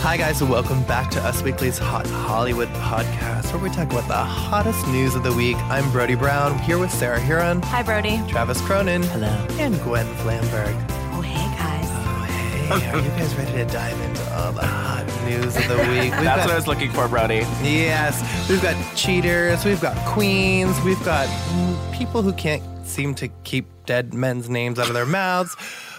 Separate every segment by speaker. Speaker 1: Hi, guys, and welcome back to Us Weekly's Hot Hollywood podcast, where we talk about the hottest news of the week. I'm Brody Brown, here with Sarah Huron,
Speaker 2: Hi, Brody.
Speaker 1: Travis Cronin, hello, and Gwen Flamberg.
Speaker 2: Oh, hey, guys.
Speaker 1: Oh, hey, are you guys ready to dive into all the hot news of the week? We've
Speaker 3: That's
Speaker 1: got-
Speaker 3: what I was looking for, Brody.
Speaker 1: Yes, we've got cheaters, we've got queens, we've got mm, people who can't seem to keep dead men's names out of their mouths.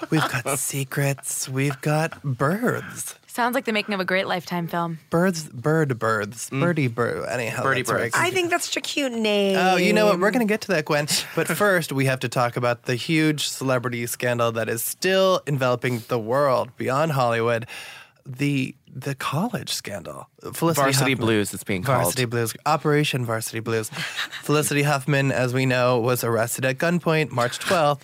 Speaker 1: We've got secrets, we've got births.
Speaker 2: Sounds like the making of a great lifetime film.
Speaker 1: Birds, bird births, birdie bird. Anyhow,
Speaker 3: Mm. Birdie
Speaker 1: that's where
Speaker 3: birds.
Speaker 1: I
Speaker 4: I think that's such a cute name.
Speaker 1: Oh, you know what? We're going to get to that, Gwen. But first, we have to talk about the huge celebrity scandal that is still enveloping the world beyond Hollywood. The the college scandal. Felicity
Speaker 3: Varsity
Speaker 1: Huffman-
Speaker 3: Blues, it's being called.
Speaker 1: Varsity Blues. Operation Varsity Blues. Felicity Huffman, as we know, was arrested at gunpoint March 12th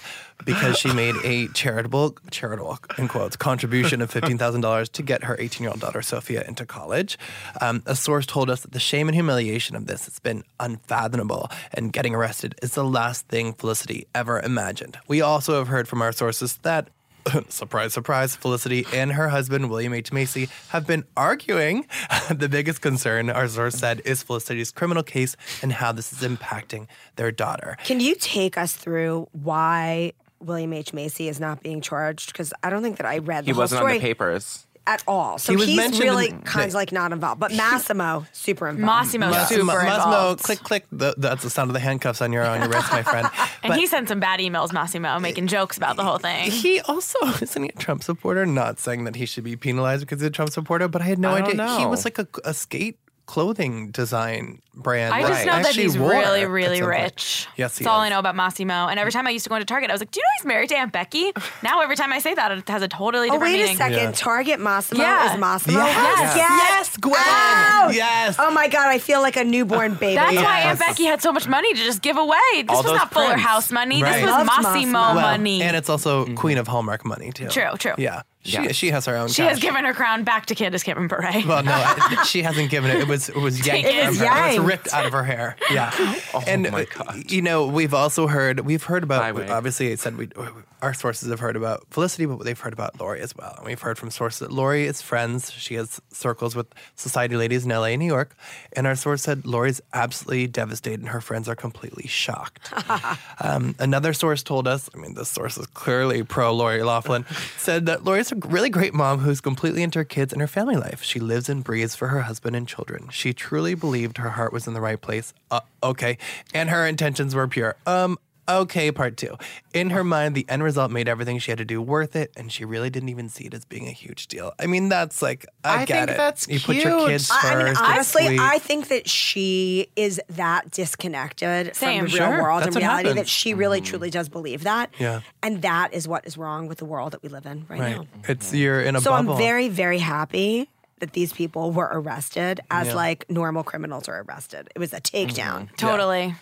Speaker 1: because she made a charitable, charitable, in quotes, contribution of $15,000 to get her 18 year old daughter, Sophia, into college. Um, a source told us that the shame and humiliation of this has been unfathomable, and getting arrested is the last thing Felicity ever imagined. We also have heard from our sources that surprise, surprise, Felicity and her husband, William H. Macy, have been arguing. the biggest concern, our source said, is Felicity's criminal case and how this is impacting their daughter.
Speaker 4: Can you take us through why William H. Macy is not being charged? Because I don't think that I read the
Speaker 3: He
Speaker 4: whole
Speaker 3: wasn't
Speaker 4: story
Speaker 3: on the papers.
Speaker 4: at all. So
Speaker 1: He was
Speaker 4: he's
Speaker 1: mentioned
Speaker 4: really
Speaker 1: in-
Speaker 4: kind of like not involved. But Massimo, super involved.
Speaker 2: Massimo
Speaker 1: Ma-
Speaker 2: super
Speaker 1: Uh, Ma- Mm, Massimo,
Speaker 2: involved.
Speaker 1: click, click. Th- that's the sound of the handcuffs on your on your wrist, my friend.
Speaker 2: and he sent some bad emails, Massimo, making jokes about the whole thing.
Speaker 1: He also isn't he a Trump supporter? Not saying that he should be penalized because he's a Trump supporter, but I had no
Speaker 3: I don't
Speaker 1: idea. He
Speaker 3: know.
Speaker 1: was like a, a skate clothing design brand.
Speaker 2: I just
Speaker 1: that
Speaker 2: know that
Speaker 1: actually
Speaker 2: he's
Speaker 1: wore
Speaker 2: really,
Speaker 1: at
Speaker 2: really
Speaker 1: some point.
Speaker 2: rich.
Speaker 1: Yes, he
Speaker 2: That's all I
Speaker 1: is.
Speaker 2: know about Massimo. And every time I used to go into Target, I was like, "Do you know he's married to Aunt Becky?" Now every time I say that, it has a totally
Speaker 4: Oh,
Speaker 2: different
Speaker 4: wait
Speaker 2: meaning.
Speaker 4: a second.
Speaker 1: Yeah.
Speaker 4: Target Massimo
Speaker 2: Yeah.
Speaker 4: is Massimo?
Speaker 1: Yes.
Speaker 4: Yes.
Speaker 1: Yes, Gwen.
Speaker 4: Ouch.
Speaker 1: Yes.
Speaker 4: Oh, my God. I feel like a newborn baby.
Speaker 2: That's why
Speaker 1: Yes.
Speaker 2: Aunt Becky had so much money to just give away. This
Speaker 3: All
Speaker 2: was
Speaker 3: those
Speaker 2: not Fuller
Speaker 3: prints.
Speaker 2: House money.
Speaker 1: Right.
Speaker 2: This was
Speaker 4: Loved
Speaker 2: Massimo
Speaker 4: Massimo.
Speaker 1: Well,
Speaker 2: money.
Speaker 1: And it's also
Speaker 3: Mm-hmm.
Speaker 1: Queen of Hallmark money too.
Speaker 2: True, true.
Speaker 1: Yeah, she
Speaker 3: Yeah.
Speaker 1: she has her own.
Speaker 2: she
Speaker 1: cash.
Speaker 2: has given her crown back to Candace Cameron Bure.
Speaker 1: Well, no, I- she hasn't given it. It was it was yanked.
Speaker 2: It
Speaker 1: from
Speaker 2: was
Speaker 1: her. It was
Speaker 4: yanked.
Speaker 1: ripped out of her hair. Yeah. and
Speaker 3: Oh
Speaker 1: uh,
Speaker 3: my God.
Speaker 1: you know, we've also heard we've heard about um,
Speaker 3: Byway.
Speaker 1: obviously it said we our sources have heard about Felicity, but they've heard about Lori as well. And we've heard from sources that Lori is friends. She has circles with society ladies in LA and New York. And our source said Lori's absolutely devastated and her friends are completely shocked. Um, another source told us, I mean, this source is clearly pro Lori Laughlin, said that Lori's a really great mom who's completely into her kids and her family life. She lives and breathes for her husband and children. She truly believed her heart was in the right place. Uh, okay. And her intentions were pure. Um, okay, part two. In her mind, the end result made everything she had to do worth it, and she really didn't even see it as being a huge deal. I mean, that's like, I,
Speaker 3: I
Speaker 1: get
Speaker 3: think
Speaker 1: it.
Speaker 3: that's
Speaker 1: you put your
Speaker 3: cute.
Speaker 1: kids first.
Speaker 4: I mean,
Speaker 1: it's
Speaker 4: honestly,
Speaker 1: sweet.
Speaker 4: I think that she is that disconnected
Speaker 2: Same.
Speaker 4: from the real
Speaker 1: Sure.
Speaker 4: world
Speaker 1: That's
Speaker 4: and
Speaker 1: what
Speaker 4: reality
Speaker 1: happens. Mm.
Speaker 4: that she really truly does believe that.
Speaker 1: Yeah.
Speaker 4: And that is what is wrong with the world that we live in right,
Speaker 1: Right.
Speaker 4: now.
Speaker 1: It's you're in a
Speaker 4: So
Speaker 1: bubble.
Speaker 4: I'm very, very happy that these people were arrested as
Speaker 1: Yeah. Mm.
Speaker 4: like normal criminals are arrested. It was a takedown.
Speaker 2: Totally.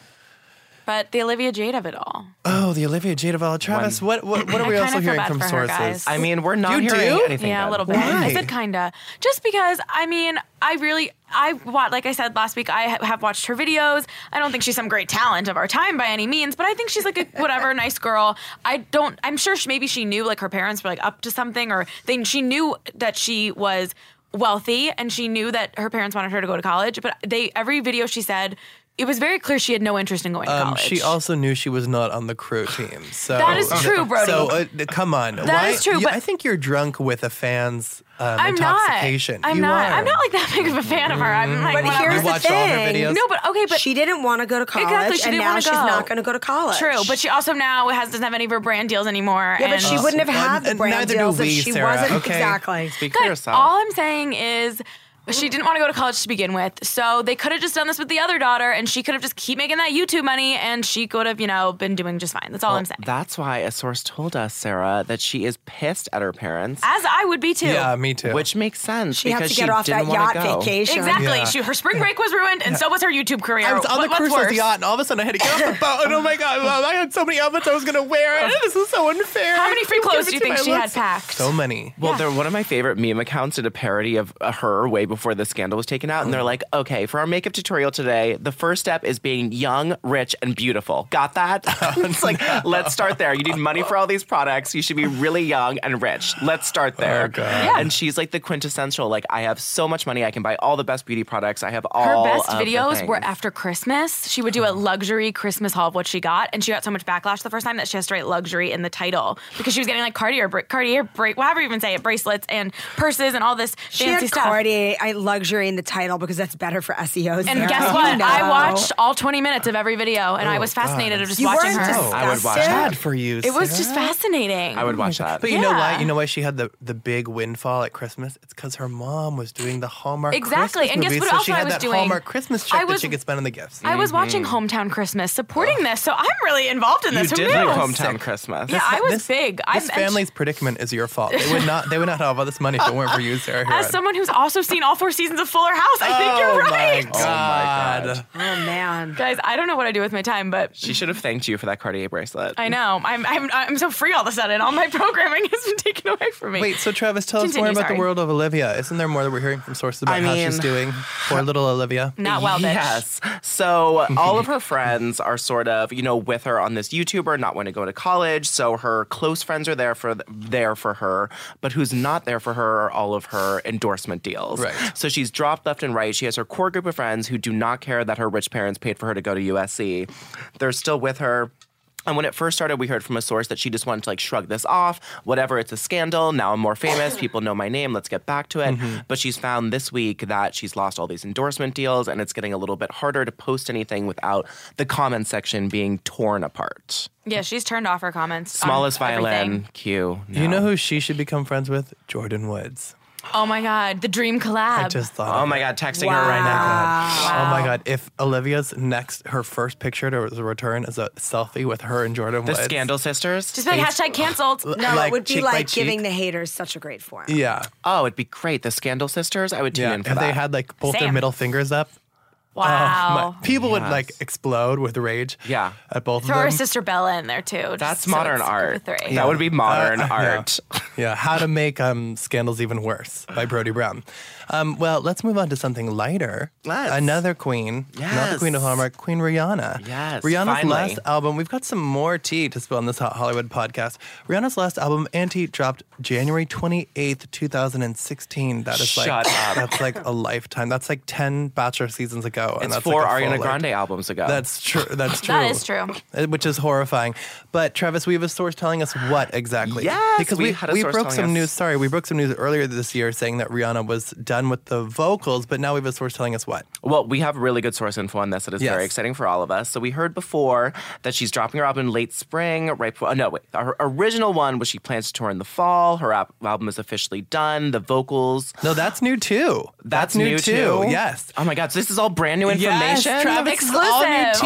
Speaker 2: but the Olivia Jade of it all.
Speaker 1: Oh, the Olivia Jade of all Travis. What what, what are
Speaker 2: I
Speaker 1: we
Speaker 2: kinda
Speaker 1: also
Speaker 2: feel
Speaker 1: hearing
Speaker 2: bad
Speaker 1: from
Speaker 2: for her,
Speaker 1: sources?
Speaker 2: guys.
Speaker 3: I mean, we're not
Speaker 1: You
Speaker 3: hearing
Speaker 1: do?
Speaker 3: anything.
Speaker 2: Yeah,
Speaker 3: bad.
Speaker 2: a little bit.
Speaker 1: Why?
Speaker 2: I said kinda, just because. I mean, I really, I wa- like I said last week, I ha- have watched her videos. I don't think she's some great talent of our time by any means, but I think she's like a whatever nice girl. I don't. I'm sure she, maybe she knew like her parents were like up to something, or then she knew that she was wealthy and she knew that her parents wanted her to go to college. But they every video she said. It was very clear she had no interest in going to
Speaker 1: Um,
Speaker 2: college.
Speaker 1: she also knew she was not on the crew team. So
Speaker 2: That is true, Brody.
Speaker 1: So uh, th- come on. That is
Speaker 2: is true, but-
Speaker 1: I think you're drunk with a fan's um,
Speaker 2: I'm
Speaker 1: intoxication.
Speaker 2: not. I'm
Speaker 1: you
Speaker 2: not.
Speaker 1: Are.
Speaker 2: I'm not like that big of a fan of her. I'm like,
Speaker 4: But
Speaker 2: whatever.
Speaker 4: here's
Speaker 1: You
Speaker 4: the
Speaker 1: watched all her
Speaker 4: thing.
Speaker 1: videos.
Speaker 2: no, but okay, but
Speaker 4: she didn't want to go to college,
Speaker 2: Exactly, she
Speaker 4: and
Speaker 2: didn't
Speaker 4: now
Speaker 2: wanna
Speaker 4: she's
Speaker 2: go.
Speaker 4: not going to go to college.
Speaker 2: True, but she also now has doesn't have any of her brand deals anymore.
Speaker 4: yeah, but
Speaker 2: and
Speaker 4: she
Speaker 1: Oh,
Speaker 4: wouldn't have had the
Speaker 1: and
Speaker 4: brand
Speaker 1: neither do
Speaker 4: deals
Speaker 1: we,
Speaker 4: if she
Speaker 1: Sarah,
Speaker 4: wasn't
Speaker 1: okay?
Speaker 4: exactly.
Speaker 3: Speak for
Speaker 2: Good.
Speaker 3: yourself.
Speaker 2: All I'm saying is. She didn't want to go to college to begin with, so they could have just done this with the other daughter, and she could have just keep making that YouTube money, and she could have, you know, been doing just fine. That's all I'm saying.
Speaker 3: That's why a source told us, Sarah, that she is pissed at her parents,
Speaker 2: As I would be too.
Speaker 1: Yeah, me too.
Speaker 3: which makes sense
Speaker 4: She
Speaker 3: because
Speaker 4: had to get
Speaker 3: she
Speaker 4: off that
Speaker 3: didn't wanna
Speaker 4: yacht
Speaker 3: go.
Speaker 4: vacation.
Speaker 2: exactly.
Speaker 1: Yeah.
Speaker 2: She, her spring break was ruined, and so was her YouTube career.
Speaker 1: I was on
Speaker 2: What-
Speaker 1: the
Speaker 2: what's
Speaker 1: cruise with the
Speaker 2: worse?
Speaker 1: yacht, and all of a sudden I had to get off the boat. And oh my god, well, I had so many outfits I was gonna wear. and This is so unfair.
Speaker 2: How many free
Speaker 1: Don't
Speaker 2: clothes
Speaker 1: give
Speaker 2: do you
Speaker 1: it to my
Speaker 2: think she had
Speaker 1: looks.
Speaker 2: packed?
Speaker 1: So many.
Speaker 3: Well, they're one of my favorite meme accounts did a parody of uh, her way before the scandal was taken out, and
Speaker 2: Oh.
Speaker 3: they're like, "Okay, for our makeup tutorial today, the first step is being young, rich, and beautiful. Got that?
Speaker 2: Oh,
Speaker 3: it's like, let's start there. You need money for all these products. You should be really young and rich. Let's start there.
Speaker 2: Oh, Yeah.
Speaker 3: And she's like the quintessential. Like, I have so much money, I can buy all the best beauty products. I have
Speaker 2: Her
Speaker 3: all
Speaker 2: best
Speaker 3: of the
Speaker 2: videos were
Speaker 3: things." Uh-huh.
Speaker 2: after Christmas. She would do a luxury Christmas haul of what she got, and she got so much backlash the first time that she has to write luxury in the title because she was getting like Cartier, bra- Cartier, bra- however you even say it, bracelets and purses and all this
Speaker 4: She
Speaker 2: fancy
Speaker 4: had
Speaker 2: stuff.
Speaker 4: Cartier I luxury in the title because that's better for E SEOs.
Speaker 2: and guess what? I watched all 20 minutes of every video, and I
Speaker 3: Oh,
Speaker 2: was fascinated of just
Speaker 4: You
Speaker 2: watching
Speaker 4: weren't
Speaker 2: her.
Speaker 1: Oh,
Speaker 4: just-
Speaker 3: I would watch that.
Speaker 1: Bad for you.
Speaker 2: It was just fascinating.
Speaker 3: I would watch that.
Speaker 1: But you know why?
Speaker 2: Yeah.
Speaker 1: You know why she had the, the big windfall at Christmas? It's because her mom was doing the Hallmark
Speaker 2: Exactly.
Speaker 1: Christmas
Speaker 2: And guess
Speaker 1: movie,
Speaker 2: what
Speaker 1: so
Speaker 2: else
Speaker 1: she
Speaker 2: I
Speaker 1: had
Speaker 2: was
Speaker 1: that
Speaker 2: doing?
Speaker 1: Hallmark Christmas
Speaker 2: I
Speaker 1: check that
Speaker 2: was-
Speaker 1: she could spend on the gifts.
Speaker 2: I was watching Hometown Christmas, supporting this, so I'm really involved in
Speaker 3: You
Speaker 2: this. Who
Speaker 3: did
Speaker 2: knew?
Speaker 3: like hometown Christmas.
Speaker 2: Yeah, I was
Speaker 1: This-
Speaker 2: big.
Speaker 1: This
Speaker 2: I'm, and-
Speaker 1: family's predicament is your fault. They would not. They would not have all this money if it weren't for you, Sarah.
Speaker 2: As
Speaker 1: Herron.
Speaker 2: someone who's also seen all four seasons of Fuller House, I think
Speaker 1: oh
Speaker 2: you're right.
Speaker 1: My God.
Speaker 3: God.
Speaker 4: Oh man.
Speaker 2: Guys, I don't know what I do with my time, but
Speaker 3: She should have thanked you for that Cartier bracelet.
Speaker 2: I know I'm I'm I'm so free all of a sudden. All my programming has been taken away from me.
Speaker 1: Wait, so Travis, tell us
Speaker 2: Continue,
Speaker 1: more about
Speaker 2: sorry.
Speaker 1: the world of Olivia. Isn't there more that we're hearing from sources about
Speaker 3: I
Speaker 1: how she's
Speaker 3: mean-
Speaker 1: doing? Poor little Olivia.
Speaker 2: not well, bitch.
Speaker 3: Yes. So all of her friends are sort of, you know, with her on this YouTuber, not wanting to go to college. So her close friends are there for there for her, but who's not there for her are all of her endorsement deals.
Speaker 1: Right.
Speaker 3: So she's dropped left and right. She has her core group of friends who do not care that her rich parents paid for her to go to USC. They're still with her. And when it first started, we heard from a source that she just wanted to like shrug this off. Whatever, it's a scandal. Now I'm more famous. People know my name. Let's get back to it.
Speaker 2: Mm-hmm.
Speaker 3: But she's found this week that she's lost all these endorsement deals and it's getting a little bit harder to post anything without the comment section being torn apart.
Speaker 2: Yeah, she's turned off her comments. on
Speaker 3: Smallest violin,
Speaker 2: everything.
Speaker 3: cue.
Speaker 1: You know who she should become friends with? Jordan Woods.
Speaker 2: Oh my god, the dream collab.
Speaker 1: I just thought.
Speaker 3: Oh
Speaker 1: of
Speaker 3: my
Speaker 1: it.
Speaker 3: God, texting her right now.
Speaker 1: Oh my God! If Olivia's next, her first picture to the return is a selfie with her and Jordan
Speaker 3: The
Speaker 1: Woods.
Speaker 3: Scandal Sisters.
Speaker 2: just be like hashtag canceled.
Speaker 4: No,
Speaker 1: Like
Speaker 4: it would be
Speaker 1: cheek by
Speaker 4: like giving
Speaker 1: cheek.
Speaker 4: the haters such a great forum.
Speaker 1: Yeah,
Speaker 3: oh, it'd be great. The Scandal Sisters. I would tune
Speaker 1: yeah.
Speaker 3: in
Speaker 1: If
Speaker 3: for that.
Speaker 1: they had like both their
Speaker 2: Sam. Oh.
Speaker 1: middle fingers up,
Speaker 2: Wow.
Speaker 1: my- people would like explode with rage.
Speaker 3: Yeah.
Speaker 1: at both
Speaker 2: Throw
Speaker 1: of
Speaker 2: her
Speaker 1: them.
Speaker 2: sister Bella in there too. just
Speaker 3: That's
Speaker 2: so
Speaker 3: modern
Speaker 2: it's a group
Speaker 3: art.
Speaker 2: of Three.
Speaker 3: That would be modern
Speaker 1: Uh, yeah.
Speaker 3: art.
Speaker 1: Yeah, How to Make um, Scandals Even Worse by Brody Brown. Um, well, let's move on to something lighter.
Speaker 3: Let's.
Speaker 1: Another queen. Not the queen of
Speaker 3: Yes.
Speaker 1: Hallmark, Queen Rihanna.
Speaker 3: Yes,
Speaker 1: Rihanna's
Speaker 3: finally.
Speaker 1: last album, we've got some more tea to spill on this Hot Hollywood podcast. Rihanna's last album, Anti, dropped January 28th, 2016. That is like,
Speaker 3: Shut up.
Speaker 1: that's like a lifetime. That's like 10 Bachelor seasons ago. and
Speaker 3: It's
Speaker 1: that's like
Speaker 3: four
Speaker 1: a full,
Speaker 3: Ariana
Speaker 1: like-
Speaker 3: Grande albums ago.
Speaker 1: that's true. That's true.
Speaker 2: That is true.
Speaker 1: Uh, Which is horrifying. But Travis, we have a source telling us what exactly.
Speaker 3: Yes,
Speaker 1: because we,
Speaker 3: we had a
Speaker 1: we
Speaker 3: source
Speaker 1: broke
Speaker 3: telling
Speaker 1: some
Speaker 3: us.
Speaker 1: news. Sorry, we broke some news earlier this year saying that Rihanna was done with the vocals, but now we have a source telling us what.
Speaker 3: Well, we have really good source info on this. It is
Speaker 1: Yes.
Speaker 3: very exciting for all of us. So we heard before that she's dropping her album late spring, right before. oh, No, wait. Her original one was she plans to tour in the fall. Her al- album is officially done. The vocals.
Speaker 1: No, that's new too.
Speaker 3: That's,
Speaker 1: new, too. Yes.
Speaker 3: Oh my God. So this is all brand brand new information.
Speaker 2: Travis, all new Exclusive.
Speaker 3: Oh,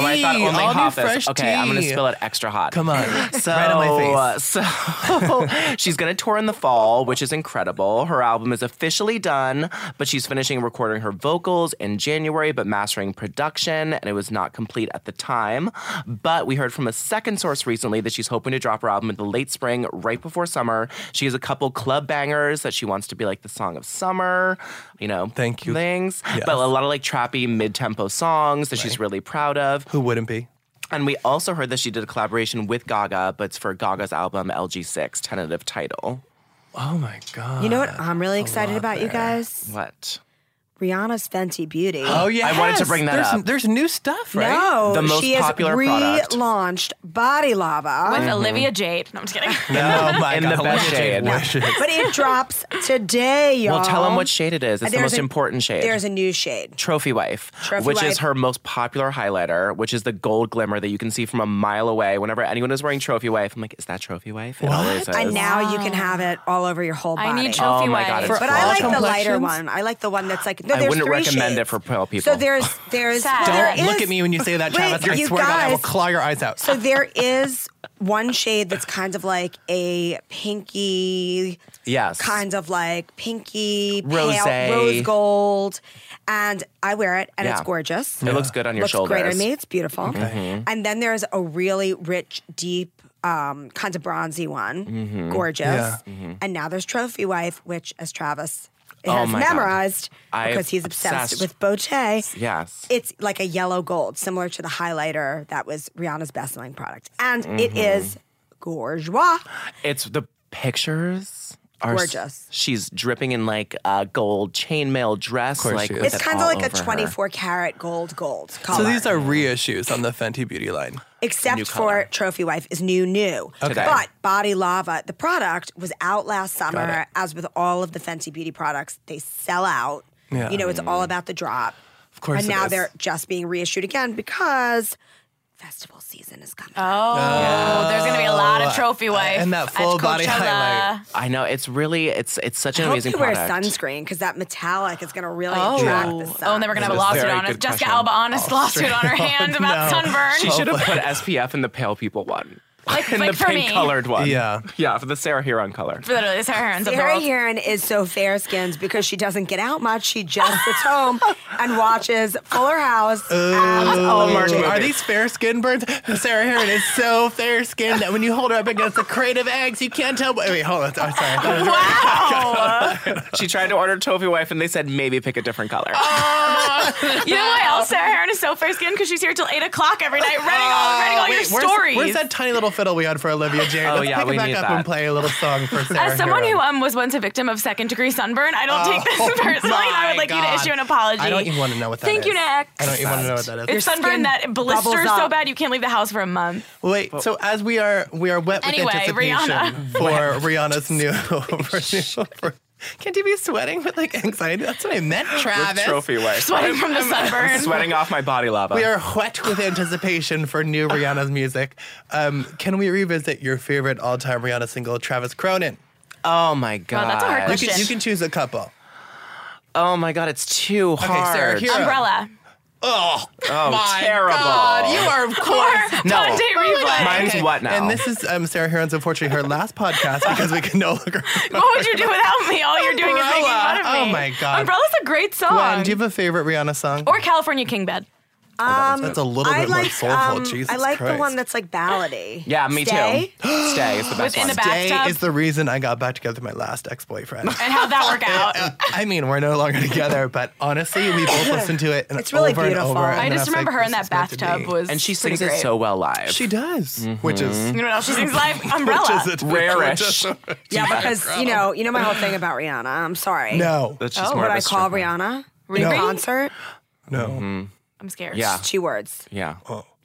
Speaker 3: I thought only
Speaker 1: all
Speaker 3: hot
Speaker 1: new fresh
Speaker 3: is. Okay, I'm gonna
Speaker 1: tea.
Speaker 3: spill it extra hot.
Speaker 1: Come on,
Speaker 3: So,
Speaker 1: right on my face.
Speaker 3: uh, so she's gonna tour in the fall, which is incredible. Her album is officially done, but she's finishing recording her vocals in January, but mastering production, and it was not complete at the time. But we heard from a second source recently that she's hoping to drop her album in the late spring, right before summer. She has a couple club bangers that she wants to be like the song of summer, you know.
Speaker 1: Thank you.
Speaker 3: Things, but a lot of like trappy mid-tempo songs that she's really proud of.
Speaker 1: Who wouldn't be?
Speaker 3: And we also heard that she did a collaboration with Gaga, but it's for Gaga's album LG6, tentative title.
Speaker 1: Oh my god.
Speaker 4: You know what I'm really excited about, you guys?
Speaker 3: What?
Speaker 4: Rihanna's Fenty Beauty.
Speaker 1: Oh yeah.
Speaker 3: I wanted to bring that
Speaker 1: there's,
Speaker 3: up.
Speaker 1: There's new stuff, right?
Speaker 4: No,
Speaker 3: The most
Speaker 4: she has
Speaker 3: popular product.
Speaker 4: relaunched Body Lava,
Speaker 2: With
Speaker 3: Mm-hmm.
Speaker 2: Olivia Jade. No, I'm just kidding.
Speaker 1: No, my
Speaker 3: In the
Speaker 1: God,
Speaker 3: best
Speaker 1: Olivia Jade
Speaker 3: shade.
Speaker 1: wishes.
Speaker 4: but it drops today, y'all.
Speaker 3: Well, tell them what shade it is. It's the
Speaker 4: There's
Speaker 3: most
Speaker 4: a-
Speaker 3: important shade.
Speaker 4: There's a new shade.
Speaker 3: Trophy Wife,
Speaker 4: Trophy
Speaker 3: which
Speaker 4: Wife.
Speaker 3: is her most popular highlighter, which is the gold glimmer that you can see from a mile away. Whenever anyone is wearing Trophy Wife, I'm like, is that Trophy Wife? It always is.
Speaker 4: And now you can have it all over your whole body.
Speaker 2: I need
Speaker 3: Oh
Speaker 2: trophy
Speaker 3: my
Speaker 2: wife.
Speaker 3: God, it's
Speaker 4: But I
Speaker 3: All
Speaker 4: like the lighter
Speaker 1: complexions?
Speaker 4: one. I like the one that's like. No,
Speaker 3: I
Speaker 4: there's
Speaker 3: wouldn't
Speaker 4: three
Speaker 3: recommend it
Speaker 4: shades.
Speaker 3: for pale
Speaker 4: So
Speaker 3: people.
Speaker 4: there's there's
Speaker 2: Sad.
Speaker 4: there
Speaker 1: Don't look
Speaker 4: is-
Speaker 1: at me when you say that,
Speaker 4: Wait,
Speaker 1: Travis. I
Speaker 4: you
Speaker 1: swear to God, I will
Speaker 4: guys-
Speaker 1: claw your eyes out.
Speaker 4: So there is one shade that's kind of like a pinky,
Speaker 3: Yes.
Speaker 4: kind of like pinky,
Speaker 3: Rosé.
Speaker 4: pale, rose gold, and I wear it and it's
Speaker 3: Yeah.
Speaker 4: gorgeous.
Speaker 3: It looks good on your
Speaker 4: looks
Speaker 3: shoulders. Mm-hmm.
Speaker 4: great on me. It's beautiful. And then there's a really rich, deep, um, kind of bronzy one,
Speaker 3: Mm-hmm.
Speaker 4: gorgeous.
Speaker 1: Yeah.
Speaker 4: And now there's Trophy Wife, which, as Travis
Speaker 3: Oh
Speaker 4: has
Speaker 3: my God.
Speaker 4: memorized
Speaker 3: I've
Speaker 4: because he's obsessed,
Speaker 3: obsessed.
Speaker 4: with Botte.
Speaker 3: Yes.
Speaker 4: It's like a yellow gold, similar to the highlighter that was Rihanna's best-selling product, and
Speaker 3: Mm-hmm.
Speaker 4: it is gorgeous.
Speaker 3: It's the pictures are s-
Speaker 4: Gorgeous.
Speaker 3: she's dripping in like a gold chainmail dress.
Speaker 1: course
Speaker 3: like
Speaker 1: she is.
Speaker 3: with it
Speaker 4: It's kind of
Speaker 3: all
Speaker 4: like a
Speaker 3: over her.
Speaker 4: 24 karat gold gold color.
Speaker 1: So these are reissues on the Fenty Beauty line.
Speaker 4: except
Speaker 3: color.
Speaker 4: for Trophy Wife is new, new.
Speaker 3: Okay.
Speaker 4: But Body Lava, the product was out last summer. As with all of the Fenty Beauty products, they sell out.
Speaker 1: Yeah.
Speaker 4: You know, it's all about the drop.
Speaker 1: Of course.
Speaker 4: and
Speaker 1: it
Speaker 4: now
Speaker 1: is.
Speaker 4: they're just being reissued again because festival season is coming.
Speaker 2: Oh, there's gonna be a lot
Speaker 3: Oh,
Speaker 2: of trophy wife.
Speaker 1: Uh, and that
Speaker 2: at
Speaker 1: full body
Speaker 2: Coachella.
Speaker 1: highlight.
Speaker 3: I know it's really it's it's such an
Speaker 4: I hope
Speaker 3: amazing
Speaker 4: you
Speaker 3: product.
Speaker 4: wear sunscreen because that metallic is going to really attract the
Speaker 2: Oh,
Speaker 4: sun.
Speaker 2: oh, and they were gonna have a
Speaker 3: That is
Speaker 2: lawsuit
Speaker 3: very
Speaker 2: on us.
Speaker 3: good
Speaker 2: Jessica
Speaker 3: question. Oh,
Speaker 2: Alba honest lawsuit on her hand about
Speaker 1: no.
Speaker 2: sunburn.
Speaker 3: She should have put SPF in the pale people one,
Speaker 2: like,
Speaker 3: in
Speaker 2: like
Speaker 3: the
Speaker 2: for
Speaker 3: pink
Speaker 2: me,
Speaker 3: colored one.
Speaker 1: Yeah.
Speaker 3: yeah, for the Sarah Huron color.
Speaker 2: literally, it's her hair ends up
Speaker 4: Sarah
Speaker 2: the world.
Speaker 4: Heron is so fair skinned because she doesn't get out much. She just sits home and watches Fuller House and
Speaker 3: Hallmark movie.
Speaker 1: Are these fair skinned birds? Sarah Heron is so fair skinned that when you hold her up against a crate of eggs, you can't tell. Wait, wait hold on. I'm sorry. That was-
Speaker 2: Wow.
Speaker 3: She tried to order Toffee Wife, and they said maybe pick a different color.
Speaker 2: Oh, you know why else Sarah Heron is so fair skinned? Because she's here till 8 o'clock every night writing all, writing all
Speaker 1: Uh, Wait,
Speaker 2: your
Speaker 1: where's-
Speaker 2: stories.
Speaker 1: Where's that tiny little fiddle we had for Olivia Jane?
Speaker 3: Oh,
Speaker 1: Let's
Speaker 3: yeah,
Speaker 1: pick
Speaker 3: we
Speaker 1: it back
Speaker 3: need
Speaker 1: up
Speaker 3: that.
Speaker 1: and play a little song for Sarah.
Speaker 2: As someone who
Speaker 1: Heron.
Speaker 2: um, was once a victim of second degree sunburn, I don't take this personally. and I would
Speaker 1: Oh my
Speaker 2: like you to
Speaker 1: God.
Speaker 2: issue an apology.
Speaker 1: I don't even want to know what that is.
Speaker 2: Thank you, Nick.
Speaker 1: I don't even want to know what that is.
Speaker 2: It's sunburn
Speaker 4: skin
Speaker 2: that blisters
Speaker 4: bubbles
Speaker 2: so
Speaker 4: up.
Speaker 2: bad you can't leave the house for a month.
Speaker 1: Wait, so as we are we are wet with
Speaker 2: Anyway,
Speaker 1: anticipation
Speaker 2: Rihanna.
Speaker 1: for Rihanna's new renewal for, Can't you be sweating with like anxiety? That's what I meant,
Speaker 3: With
Speaker 1: Travis.
Speaker 3: Trophy Wife.
Speaker 2: Sweating from the sunburn.
Speaker 3: Sweating off my body lava.
Speaker 1: We are wet with anticipation for new Rihanna's music. Um, can we revisit your favorite all-time Rihanna single, Travis Cronin?
Speaker 3: oh my god.
Speaker 2: that's a hard
Speaker 1: You
Speaker 2: question.
Speaker 1: can, you can choose a couple.
Speaker 3: Oh my god, it's too hard.
Speaker 1: Sarah, here-
Speaker 2: Umbrella.
Speaker 1: Oh,
Speaker 3: Oh,
Speaker 1: my
Speaker 3: terrible.
Speaker 1: God, you are of course.
Speaker 3: No.
Speaker 2: Conte replay.
Speaker 3: Mine's
Speaker 1: Okay,
Speaker 3: what now?
Speaker 1: And this is um, Sarah Heron's, unfortunately, her last podcast because we can no longer.
Speaker 2: What would you do without me? All you're doing is making fun of me.
Speaker 1: Umbrella. Oh my God.
Speaker 2: Umbrella's a great song.
Speaker 1: Gwen, do you have a favorite Rihanna song?
Speaker 2: or California King Bed.
Speaker 1: Um, that's a little
Speaker 4: I
Speaker 1: bit more
Speaker 4: like,
Speaker 1: soulful.
Speaker 4: um,
Speaker 1: Jesus
Speaker 4: I like the
Speaker 1: Christ.
Speaker 4: one that's like ballady.
Speaker 3: yeah, me
Speaker 4: Stay.
Speaker 3: too. Stay is the best
Speaker 2: Within
Speaker 3: one.
Speaker 2: the back-
Speaker 1: Day
Speaker 2: bathtub.
Speaker 1: is the reason I got back together with my last ex boyfriend.
Speaker 2: And how'd that work out?
Speaker 1: I mean, we're no longer together, but honestly, we both listened to it and
Speaker 4: It's really
Speaker 1: over and
Speaker 4: beautiful.
Speaker 1: over. and
Speaker 2: I
Speaker 4: I
Speaker 1: then
Speaker 2: just
Speaker 1: was
Speaker 2: remember
Speaker 1: like,
Speaker 2: her in
Speaker 1: this
Speaker 2: that
Speaker 1: is meant to
Speaker 2: bathtings
Speaker 1: be.
Speaker 2: was
Speaker 3: and she
Speaker 2: pretty
Speaker 3: sings it
Speaker 2: great.
Speaker 3: so well live.
Speaker 1: She does, which is
Speaker 2: You know what else she sings live? Umbrella.
Speaker 1: which is a-
Speaker 3: Rare-ish.
Speaker 1: which is-
Speaker 4: Yeah, because you know, you know my whole thing about Rihanna. I'm sorry.
Speaker 1: No,
Speaker 3: That's just
Speaker 2: Oh.
Speaker 3: more
Speaker 4: What
Speaker 3: of a
Speaker 4: I call
Speaker 3: stripper.
Speaker 4: Rihanna in
Speaker 2: No.
Speaker 4: concert,
Speaker 1: no.
Speaker 2: I'm scared.
Speaker 3: Yeah,
Speaker 4: two words:
Speaker 3: yeah.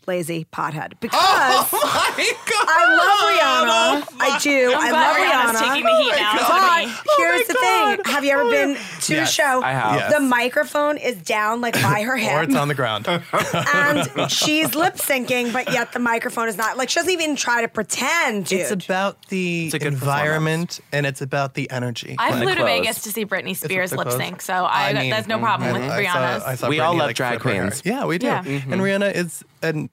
Speaker 4: lazy pothead. Because
Speaker 1: Oh my God.
Speaker 4: I love Rihanna, I do. i
Speaker 2: I'm
Speaker 4: love
Speaker 2: glad Rihanna's
Speaker 4: Rihanna.
Speaker 2: taking the heat now. It's gonna be-
Speaker 4: But here's here's the thing. Have you ever been to
Speaker 1: Yes,
Speaker 4: a show?
Speaker 3: I have.
Speaker 1: Yes.
Speaker 4: The microphone is down like by her
Speaker 1: Or
Speaker 4: hip.
Speaker 1: it's on the ground.
Speaker 4: and she's lip syncing, but yet the microphone is not. Like she doesn't even try to pretend, dude.
Speaker 1: It's about the
Speaker 3: a good
Speaker 1: environment and it's about the energy.
Speaker 2: I
Speaker 3: Like
Speaker 2: flew to
Speaker 3: clothes.
Speaker 2: Vegas to see Britney Spears
Speaker 1: the
Speaker 2: lip
Speaker 1: clothes.
Speaker 2: sync, so I,
Speaker 1: mean, mm-hmm.
Speaker 2: that's no problem with
Speaker 1: I
Speaker 2: Rihanna's.
Speaker 1: saw, I saw
Speaker 3: We all
Speaker 1: Britney,
Speaker 3: love
Speaker 1: like, Mm-hmm.
Speaker 3: drag
Speaker 1: flip her hair.
Speaker 3: queens.
Speaker 1: Yeah, we do.
Speaker 2: Yeah.
Speaker 1: And Rihanna is in,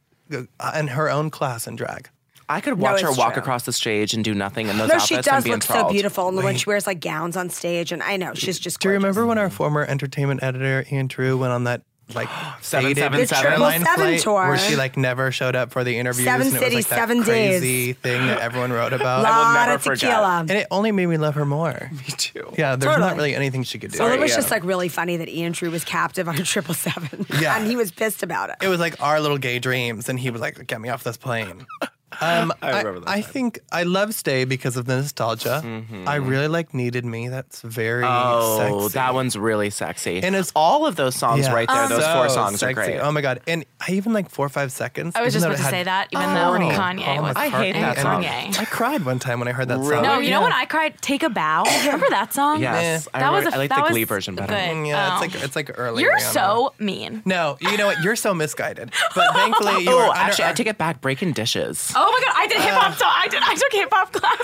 Speaker 1: in her own class in drag.
Speaker 3: I could watch her
Speaker 4: it's
Speaker 3: walk
Speaker 4: true.
Speaker 3: across the stage and do nothing in those
Speaker 4: no,
Speaker 3: outfits
Speaker 4: she does
Speaker 3: and be
Speaker 4: look so
Speaker 3: enthralled.
Speaker 4: beautiful, and when she wears like gowns on stage, and I know she's just.
Speaker 1: Do you
Speaker 4: gorgeous.
Speaker 1: remember when our former entertainment editor Ian Drew went on that like
Speaker 3: Seven,
Speaker 1: dated
Speaker 3: seven, The seven.
Speaker 4: Triple
Speaker 1: airline
Speaker 4: Seven
Speaker 1: flight
Speaker 4: tour.
Speaker 1: where she like never showed up for the interviews?
Speaker 4: Seven
Speaker 1: and it was,
Speaker 4: cities,
Speaker 1: like, that
Speaker 4: seven days.
Speaker 1: Crazy thing that everyone wrote about.
Speaker 3: will
Speaker 4: Lot
Speaker 3: never
Speaker 4: of
Speaker 3: forget.
Speaker 4: tequila.
Speaker 1: and it only made me love her more.
Speaker 3: Me too.
Speaker 1: Yeah, there's
Speaker 4: Totally.
Speaker 1: not really anything she could do.
Speaker 4: Well, it was
Speaker 3: yeah.
Speaker 4: just like really funny that Ian True was captive on a triple seven,
Speaker 1: Yeah.
Speaker 4: and he was pissed about it.
Speaker 1: It was like our little gay dreams, and he was like, "Get me off this plane." Um, I
Speaker 3: remember that
Speaker 1: I
Speaker 3: time. Mm-hmm.
Speaker 1: think I love Stay because of the nostalgia. I really like Needed Me. That's very
Speaker 3: Oh,
Speaker 1: sexy.
Speaker 3: that one's really sexy.
Speaker 1: And it's-
Speaker 3: all of those songs
Speaker 1: Yeah.
Speaker 3: right there. Those four
Speaker 1: So
Speaker 3: songs
Speaker 1: sexy.
Speaker 3: are great.
Speaker 1: Oh my god! And I even like four or five seconds.
Speaker 2: I was just
Speaker 1: even
Speaker 2: about to
Speaker 1: though it
Speaker 2: say
Speaker 1: had Oh
Speaker 2: that, even though
Speaker 1: corny
Speaker 2: Kanye
Speaker 1: Paul
Speaker 2: was
Speaker 3: I hate
Speaker 1: McCartney
Speaker 3: that
Speaker 1: in
Speaker 3: song.
Speaker 1: it.
Speaker 2: Kanye.
Speaker 1: I cried one time when I heard that
Speaker 3: Really?
Speaker 1: song.
Speaker 2: No,
Speaker 3: Oh,
Speaker 2: you know when I cried? Take a bow. Remember that song?
Speaker 3: Yes,
Speaker 2: that
Speaker 3: I,
Speaker 2: was
Speaker 3: really-
Speaker 2: a,
Speaker 3: I like
Speaker 2: that
Speaker 3: the
Speaker 2: was
Speaker 3: Glee version better.
Speaker 2: Good.
Speaker 1: Yeah,
Speaker 2: Oh.
Speaker 1: it's like it's like early.
Speaker 2: You're
Speaker 1: Rihanna.
Speaker 2: so mean.
Speaker 1: No, you know what? You're so misguided. But thankfully, you were
Speaker 3: Oh,
Speaker 1: under
Speaker 3: actually, I
Speaker 1: our-
Speaker 3: take it back. Breaking dishes.
Speaker 2: Oh my god, I did hip hop. so I did. I took hip hop class.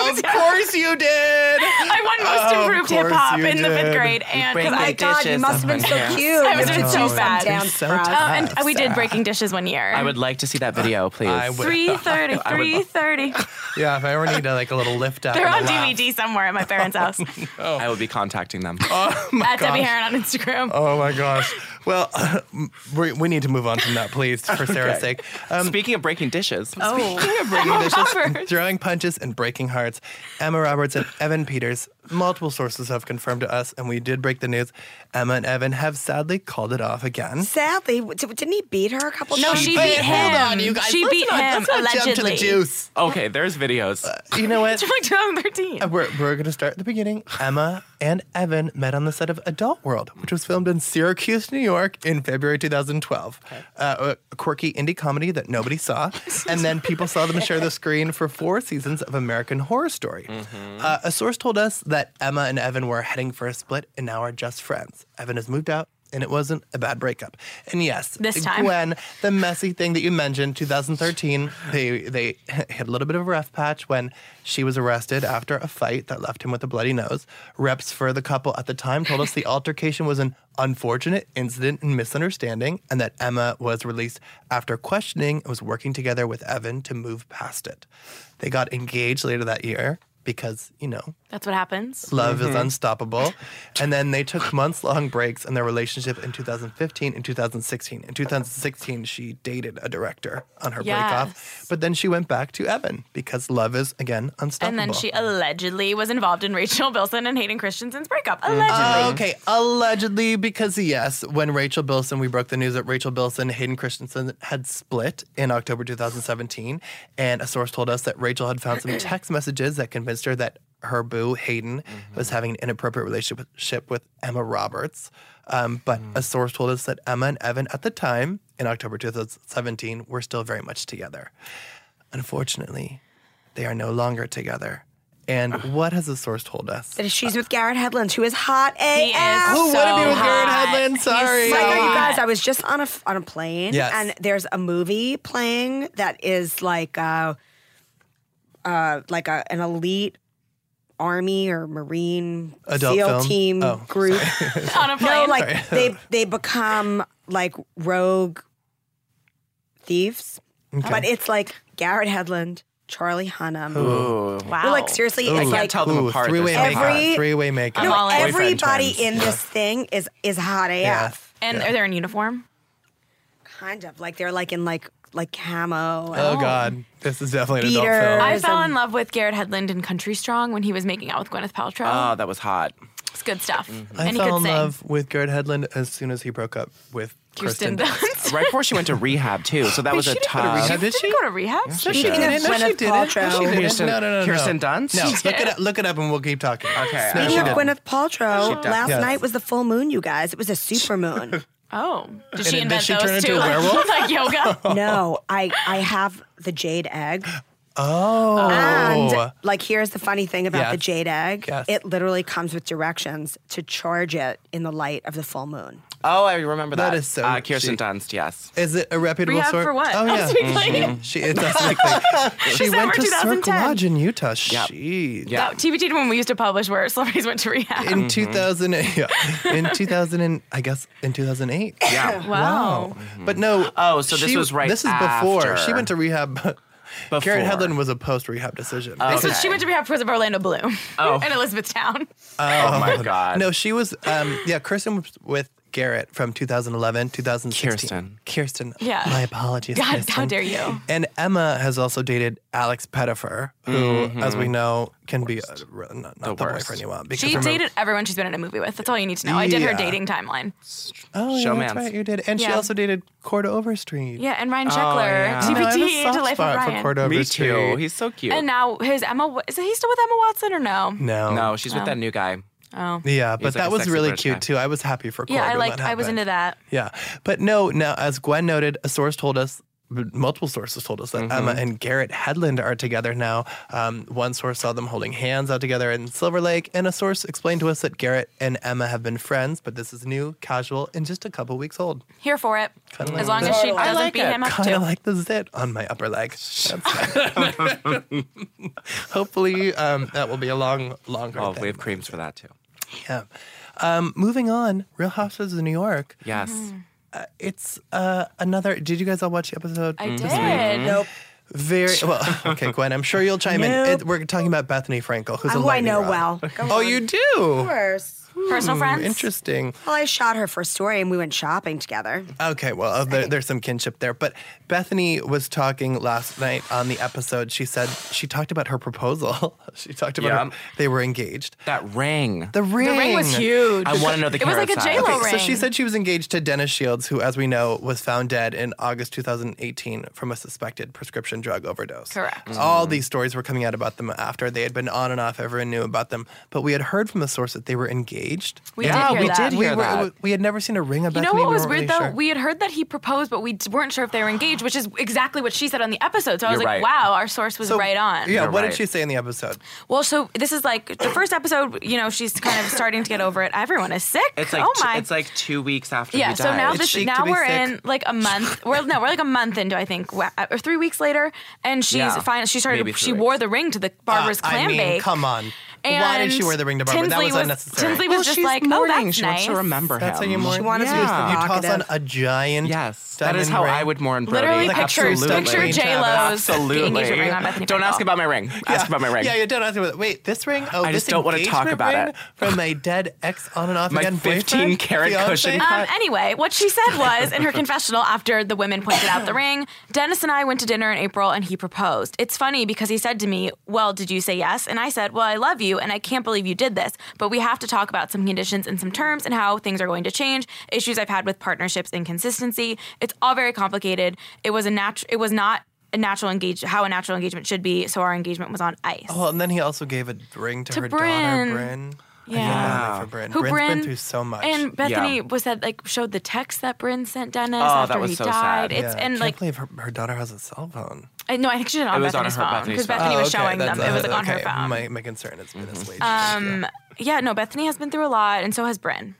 Speaker 1: Uh. Oh,
Speaker 2: was-
Speaker 1: of course you did.
Speaker 2: I won most
Speaker 1: Of
Speaker 2: improved
Speaker 1: course
Speaker 2: hip hop
Speaker 1: you
Speaker 2: in the fifth
Speaker 1: did.
Speaker 2: grade, and
Speaker 3: break
Speaker 2: because I got.
Speaker 3: it
Speaker 4: God, you
Speaker 3: Dishes
Speaker 4: must have been so
Speaker 3: up in
Speaker 4: cute.
Speaker 3: here.
Speaker 2: I was
Speaker 4: You
Speaker 2: doing
Speaker 4: must
Speaker 2: so
Speaker 4: be
Speaker 2: bad.
Speaker 4: down
Speaker 1: You're so
Speaker 4: for us.
Speaker 1: tough.
Speaker 2: Um, and we did breaking dishes one year.
Speaker 3: I would like to see that video, please.
Speaker 1: I would-
Speaker 2: 330, 330.
Speaker 1: Yeah, if I ever need to like a little lift up.
Speaker 2: They're
Speaker 1: and
Speaker 2: on
Speaker 1: a laugh.
Speaker 2: DVD somewhere at my parents' house.
Speaker 3: I would be contacting them.
Speaker 2: at
Speaker 1: gosh.
Speaker 2: Debbie Heron on Instagram.
Speaker 1: Oh my gosh. Well, we, we need to move on from that, please, for Sarah's sake. Um,
Speaker 3: Speaking of breaking dishes,
Speaker 2: Oh.
Speaker 1: breaking dishes,
Speaker 2: Roberts.
Speaker 1: throwing punches, and breaking hearts. Emma Roberts and Evan Peters, multiple sources have confirmed to us, and we did break the news. Emma and Evan have sadly called it off again.
Speaker 4: Sadly, d- didn't he beat her a couple
Speaker 2: No,
Speaker 4: times?
Speaker 2: she beat him. She beat him allegedly.
Speaker 1: to the juice.
Speaker 3: okay, there's videos.
Speaker 1: You know what?
Speaker 2: Like 2013.
Speaker 1: Uh, We're, we're going to start at the beginning. Emma and Evan met on the set of Adult World, which was filmed in Syracuse, New York in February 2012. Uh, a quirky indie comedy that nobody saw. and then people saw them share the screen for four seasons of American Horror Story. Uh, a source told us that Emma and Evan were heading for a split and now are just friends. Evan has moved out. And it wasn't a bad breakup. And yes,
Speaker 2: This time.
Speaker 1: Gwen, the messy thing that you mentioned, 2013, they they had a little bit of a rough patch when she was arrested after a fight that left him with a bloody nose. Reps for the couple at the time told us the altercation was an unfortunate incident and misunderstanding, and that Emma was released after questioning and was working together with Evan to move past it. They got engaged later that year because, you know,
Speaker 2: That's what happens.
Speaker 1: Love is unstoppable. And then they took months long breaks in their relationship in 2015 and 2016. In 2016, she dated a director on her breakup,
Speaker 2: Yes.
Speaker 1: but then she went back to Evan because love is, again,
Speaker 2: And
Speaker 1: unstoppable.
Speaker 2: then she allegedly was involved in Rachel Bilson and Hayden Christensen's breakup. Allegedly.
Speaker 1: Uh, Okay, allegedly, because yes, when Rachel Bilson, we broke the news that Rachel Bilson and Hayden Christensen had split in October 2017. And a source told us that Rachel had found some text messages that convinced her that her boo, Hayden, was having an inappropriate relationship with Emma Roberts. Um, but a source told us that Emma and Evan at the time, in October 2017, were still very much together. Unfortunately, they are no longer together. And what has a source told us?
Speaker 4: That she's with Garrett Hedlund, who is hot
Speaker 2: He
Speaker 4: AF.
Speaker 2: is
Speaker 1: Who
Speaker 2: so
Speaker 1: wouldn't be with Garrett
Speaker 2: hot.
Speaker 1: Hedlund?
Speaker 2: He's
Speaker 1: Sorry.
Speaker 2: so
Speaker 4: Like, are you
Speaker 2: hot.
Speaker 4: guys? I was just on a f- on a plane,
Speaker 1: Yes.
Speaker 4: and there's a movie playing that is like uh, uh, like a, an elite army or marine
Speaker 1: Adult
Speaker 4: SEAL
Speaker 1: film?
Speaker 4: team
Speaker 1: Oh,
Speaker 4: group.
Speaker 2: On a
Speaker 4: No,
Speaker 2: plane.
Speaker 4: like they they become like rogue thieves, but it's like Garrett Hedlund, Charlie Hunnam.
Speaker 2: wow.
Speaker 4: But, like seriously,
Speaker 3: I
Speaker 4: it's
Speaker 3: can't
Speaker 4: like
Speaker 3: tell them apart.
Speaker 1: three way
Speaker 3: They're so
Speaker 1: makeup.
Speaker 3: hot.
Speaker 4: Every-
Speaker 1: Three way makeup.
Speaker 2: I'm all
Speaker 4: no,
Speaker 2: in.
Speaker 4: everybody
Speaker 3: Boyfriend
Speaker 4: in this thing is is hot AF.
Speaker 1: Yeah.
Speaker 2: And are they in uniform?
Speaker 4: Kind of like they're like in like like camo. and-
Speaker 1: Oh, God. This is definitely an
Speaker 4: Beater.
Speaker 1: adult
Speaker 2: I
Speaker 4: There's
Speaker 2: fell
Speaker 4: a-
Speaker 2: in love with Garrett Hedlund in Country Strong when he was making out with Gwyneth Paltrow.
Speaker 3: Oh, that was hot.
Speaker 2: it's good stuff.
Speaker 1: film. I
Speaker 2: And he
Speaker 1: fell
Speaker 2: could
Speaker 1: in
Speaker 2: sing.
Speaker 1: love with Garrett Hedlund as soon as he broke up with Kristen.
Speaker 2: Kirsten
Speaker 1: Dunst.
Speaker 2: Dunst.
Speaker 3: Right before she went to rehab too, so that was
Speaker 1: she
Speaker 3: a
Speaker 1: didn't go to
Speaker 3: tough.
Speaker 1: rehab. Did
Speaker 2: Did
Speaker 1: she?
Speaker 2: she go to rehab?
Speaker 1: No, she
Speaker 4: Speaking of
Speaker 1: didn't. No, she
Speaker 4: Gwyneth
Speaker 1: didn't. No, she
Speaker 4: Paltrow-
Speaker 1: didn't.
Speaker 3: Kirsten-
Speaker 1: No, no, no, no.
Speaker 3: Kirsten Dunst?
Speaker 1: No,
Speaker 3: She
Speaker 1: look it, up, look it up and we'll keep talking.
Speaker 3: Okay,
Speaker 1: No,
Speaker 3: I
Speaker 1: she
Speaker 4: Speaking of
Speaker 3: did.
Speaker 1: didn't.
Speaker 4: Gwyneth Paltrow,
Speaker 3: did.
Speaker 4: last
Speaker 1: Yes.
Speaker 4: night was the full moon, you guys. It was a super moon.
Speaker 2: Oh, did she
Speaker 1: then
Speaker 2: invent
Speaker 1: she
Speaker 2: those
Speaker 1: turned into
Speaker 2: too?
Speaker 1: a werewolf?
Speaker 2: like yoga.
Speaker 4: no, I I have the jade egg.
Speaker 1: Oh.
Speaker 4: And like, here's the funny thing about the
Speaker 1: Yes.
Speaker 4: jade egg.
Speaker 1: Yes.
Speaker 4: It literally comes with directions to charge it in the light of the full moon.
Speaker 3: Oh, I remember that.
Speaker 1: That is so
Speaker 3: Uh, Kirsten
Speaker 1: chic.
Speaker 3: Dunst, yes.
Speaker 1: Is it a reputable
Speaker 2: Rehab
Speaker 1: source?
Speaker 2: for what?
Speaker 1: Oh yeah.
Speaker 2: Basically.
Speaker 1: She it's us weekly. She went
Speaker 2: December
Speaker 1: to Circle
Speaker 2: 2010.
Speaker 1: Lodge in Utah.
Speaker 3: Yep.
Speaker 1: She
Speaker 3: Yeah.
Speaker 2: That TBT did when we used to publish where celebrities went to rehab.
Speaker 3: Mm-hmm.
Speaker 1: in 2000 yeah, in 2000 and I guess in 2008.
Speaker 3: Yeah.
Speaker 1: Wow. Mm-hmm. But no.
Speaker 3: Oh, so this
Speaker 1: she-
Speaker 3: was right
Speaker 1: This is before. She
Speaker 3: after.
Speaker 1: went to rehab.
Speaker 3: Before.
Speaker 1: Karen Headland was a post rehab decision.
Speaker 2: So she went to rehab because of Orlando Bloom
Speaker 3: Oh.
Speaker 2: and Elizabethtown.
Speaker 3: Oh my God.
Speaker 1: No, she was. Um, yeah, Kirsten was with Garrett from 2011, 2016.
Speaker 3: Kirsten.
Speaker 1: Kirsten.
Speaker 2: Yeah.
Speaker 1: My apologies.
Speaker 2: God, how
Speaker 1: Kirsten.
Speaker 2: dare you.
Speaker 1: And Emma has also dated Alex Pettifer, who, as we know, can be uh, re- not, not the,
Speaker 3: Mm-hmm. worst.
Speaker 1: boyfriend you want. Because
Speaker 2: She
Speaker 1: remember-
Speaker 2: dated everyone she's been in a movie with. That's all you need to know. I did her
Speaker 1: Yeah.
Speaker 2: dating timeline.
Speaker 1: Oh, yeah,
Speaker 3: Showmans.
Speaker 1: that's right. You did. And she
Speaker 2: Yeah.
Speaker 1: also dated Corda Overstreet.
Speaker 2: Yeah, and Ryan Sheckler,
Speaker 3: yeah.
Speaker 1: You know, Oh, I have a
Speaker 2: TBT,
Speaker 1: soft
Speaker 2: to Life of
Speaker 1: spot for
Speaker 2: Ryan.
Speaker 1: Corda
Speaker 3: Me
Speaker 1: Overstreet.
Speaker 3: too. He's so cute.
Speaker 2: And now his Emma, Wa- is he still with Emma Watson or no?
Speaker 1: no.
Speaker 3: no, she's with that new guy.
Speaker 2: Oh.
Speaker 1: Yeah, but
Speaker 3: like a
Speaker 1: that was
Speaker 3: sexy
Speaker 1: really
Speaker 3: British
Speaker 1: cute
Speaker 3: guy.
Speaker 1: too. I was happy for Corda.
Speaker 2: Yeah, I
Speaker 1: when
Speaker 2: liked, I was
Speaker 1: happened.
Speaker 2: into that.
Speaker 1: Yeah. But no, now, as Gwen noted, a source told us, multiple sources told us that
Speaker 3: Mm-hmm.
Speaker 1: Emma and Garrett Headland are together now. Um, one source saw them holding hands out together in Silver Lake, and a source explained to us that Garrett and Emma have been friends, but this is new, casual, and just a couple weeks old.
Speaker 2: Here for it.
Speaker 1: Kinda like
Speaker 2: as long
Speaker 1: that.
Speaker 2: as she
Speaker 3: Totally. I
Speaker 2: doesn't
Speaker 3: like
Speaker 2: beat
Speaker 3: it.
Speaker 2: him up
Speaker 1: Kind
Speaker 2: too.
Speaker 1: of like the zit on my upper leg. That's Hopefully, um, that will be a long, long
Speaker 3: Oh,
Speaker 1: hard
Speaker 3: we have
Speaker 1: thing.
Speaker 3: creams for that too.
Speaker 2: Mm-hmm.
Speaker 1: Yeah. Um, moving on, Real Housewives of New York.
Speaker 3: Yes.
Speaker 1: It's uh, another. Did you guys all watch the episode? Mm-hmm.
Speaker 2: I did.
Speaker 4: Nope.
Speaker 1: Very well. Okay, Gwen, I'm sure you'll chime in. It, we're talking about Bethany Frankel, who's a
Speaker 4: Who I
Speaker 1: lightning
Speaker 4: know
Speaker 1: rod.
Speaker 4: well. Go
Speaker 1: Oh,
Speaker 4: on.
Speaker 1: you do.
Speaker 4: Of course.
Speaker 2: Personal friends.
Speaker 1: Interesting.
Speaker 4: Well, I shot her for a story and we went shopping together.
Speaker 1: Okay, well, uh, there, there's some kinship there. But Bethany was talking last night on the episode. She said she talked about her proposal. she talked about
Speaker 3: Yeah.
Speaker 1: her, they were engaged.
Speaker 3: That ring.
Speaker 1: The ring.
Speaker 2: The ring was huge.
Speaker 3: I want to know the
Speaker 2: It was like a
Speaker 3: carousel.
Speaker 2: J-Lo
Speaker 3: Okay,
Speaker 2: ring.
Speaker 1: So she said she was engaged to Dennis Shields, who, as we know, was found dead in August 2018 from a suspected prescription drug overdose.
Speaker 2: Correct.
Speaker 1: All
Speaker 3: Mm.
Speaker 1: these stories were coming out about them after. They had been on and off. Everyone knew about them. But we had heard from the source that they were engaged.
Speaker 2: We
Speaker 3: Yeah,
Speaker 2: did hear
Speaker 3: we
Speaker 2: that.
Speaker 3: did
Speaker 1: we,
Speaker 3: hear
Speaker 1: were-
Speaker 3: that.
Speaker 1: we had never seen a ring of
Speaker 2: You
Speaker 1: Bethany.
Speaker 2: know what
Speaker 1: We
Speaker 2: was
Speaker 1: weren't
Speaker 2: weird
Speaker 1: really
Speaker 2: though?
Speaker 1: sure.
Speaker 2: We had heard that he proposed, but we d- weren't sure if they were engaged, which is exactly what she said on the episode. So I was
Speaker 3: You're
Speaker 2: like,
Speaker 3: right.
Speaker 2: wow, our source was
Speaker 1: So,
Speaker 2: right on.
Speaker 1: Yeah,
Speaker 3: You're
Speaker 1: what
Speaker 3: right.
Speaker 1: did she say in the episode?
Speaker 2: Well, so this is like the first episode, you know, she's kind of starting to get over it. Everyone is sick.
Speaker 3: It's like
Speaker 2: oh
Speaker 3: t-
Speaker 2: my.
Speaker 3: it's like two weeks after
Speaker 2: yeah,
Speaker 3: he
Speaker 2: so
Speaker 3: died.
Speaker 2: now
Speaker 1: It's
Speaker 2: this
Speaker 1: chic to
Speaker 2: now
Speaker 1: be
Speaker 2: we're
Speaker 1: sick.
Speaker 2: in like a month. We're no, we're like a month into I think wa- or 3 weeks later and she's
Speaker 3: Yeah,
Speaker 2: fine she started
Speaker 3: maybe three
Speaker 2: she wore
Speaker 3: weeks.
Speaker 2: the ring to the Barbara's
Speaker 1: Uh,
Speaker 2: clam
Speaker 1: I mean,
Speaker 2: bake.
Speaker 1: come on.
Speaker 2: And
Speaker 1: Why did she wear the ring to Barbara?
Speaker 2: Tinsley
Speaker 1: that was, unnecessary.
Speaker 2: Tinsley
Speaker 3: well,
Speaker 2: was just
Speaker 3: she's
Speaker 2: like,
Speaker 3: mourning.
Speaker 2: oh, that's
Speaker 3: she
Speaker 2: nice.
Speaker 3: wants to remember
Speaker 1: That's how
Speaker 3: him.
Speaker 1: you mourn.
Speaker 4: She wanted to be
Speaker 1: yeah. You toss on
Speaker 4: provocative.
Speaker 1: a giant.
Speaker 3: Yes, that is
Speaker 1: diamond
Speaker 3: how I
Speaker 1: ring.
Speaker 3: would mourn Brody.
Speaker 2: Literally
Speaker 1: Like
Speaker 2: picture
Speaker 1: absolutely.
Speaker 2: picture J Lo's
Speaker 3: Absolutely.
Speaker 2: engagement ring on Bethany.
Speaker 3: Don't ask
Speaker 2: Frankel.
Speaker 3: about my ring. Ask about my ring.
Speaker 1: Yeah, yeah, don't ask me about Wait, this ring? Oh,
Speaker 3: I
Speaker 1: this
Speaker 3: just don't wanna talk
Speaker 1: engagement
Speaker 3: about
Speaker 1: ring
Speaker 3: it.
Speaker 1: From my dead ex on and off
Speaker 3: My
Speaker 1: again
Speaker 3: 15 karat
Speaker 1: boyfriend?
Speaker 3: cushion
Speaker 1: Fiance?
Speaker 2: Um, anyway, what she said was in her confessional after the women pointed out the ring, Dennis and I went to dinner in April and he proposed. It's funny because he said to me, Well, did you say yes? And I said, Well, I love you and I can't believe you did this, but we have to talk about some conditions and some terms and how things are going to change, issues I've had with partnerships and consistency. It's all very complicated. It was a natu- it was not a natural engage how a natural engagement should be, so our engagement was on ice.
Speaker 1: Well, Oh,
Speaker 3: Oh,
Speaker 1: and then he also gave a ring to,
Speaker 2: To
Speaker 1: her
Speaker 2: Brynn.
Speaker 1: daughter, Bryn.
Speaker 2: Yeah.
Speaker 1: For Bryn.
Speaker 2: Who
Speaker 1: Bryn's
Speaker 2: Brynn-
Speaker 1: been through so much.
Speaker 2: And Bethany
Speaker 3: Yeah. Oh,
Speaker 2: was that like showed the text that Bryn sent Dennis
Speaker 3: that
Speaker 2: after
Speaker 3: was
Speaker 2: he
Speaker 3: so
Speaker 2: died.
Speaker 3: sad.
Speaker 2: It's
Speaker 1: yeah, I
Speaker 2: and
Speaker 1: can't
Speaker 2: like
Speaker 1: believe her, her daughter has a cell phone.
Speaker 2: I, Uh, no, I think she did it on
Speaker 3: It was on
Speaker 2: Bethany's
Speaker 3: her-
Speaker 2: phone
Speaker 3: Bethany's
Speaker 2: because
Speaker 3: phone.
Speaker 2: Bethany
Speaker 1: oh,
Speaker 2: was
Speaker 1: okay,
Speaker 2: showing
Speaker 1: that's-
Speaker 2: them. It was
Speaker 1: uh,
Speaker 2: like on her
Speaker 1: okay,
Speaker 2: phone.
Speaker 1: My, my concern has been this way.
Speaker 2: um, yeah, no, Bethany has been through a lot, and so has Bryn.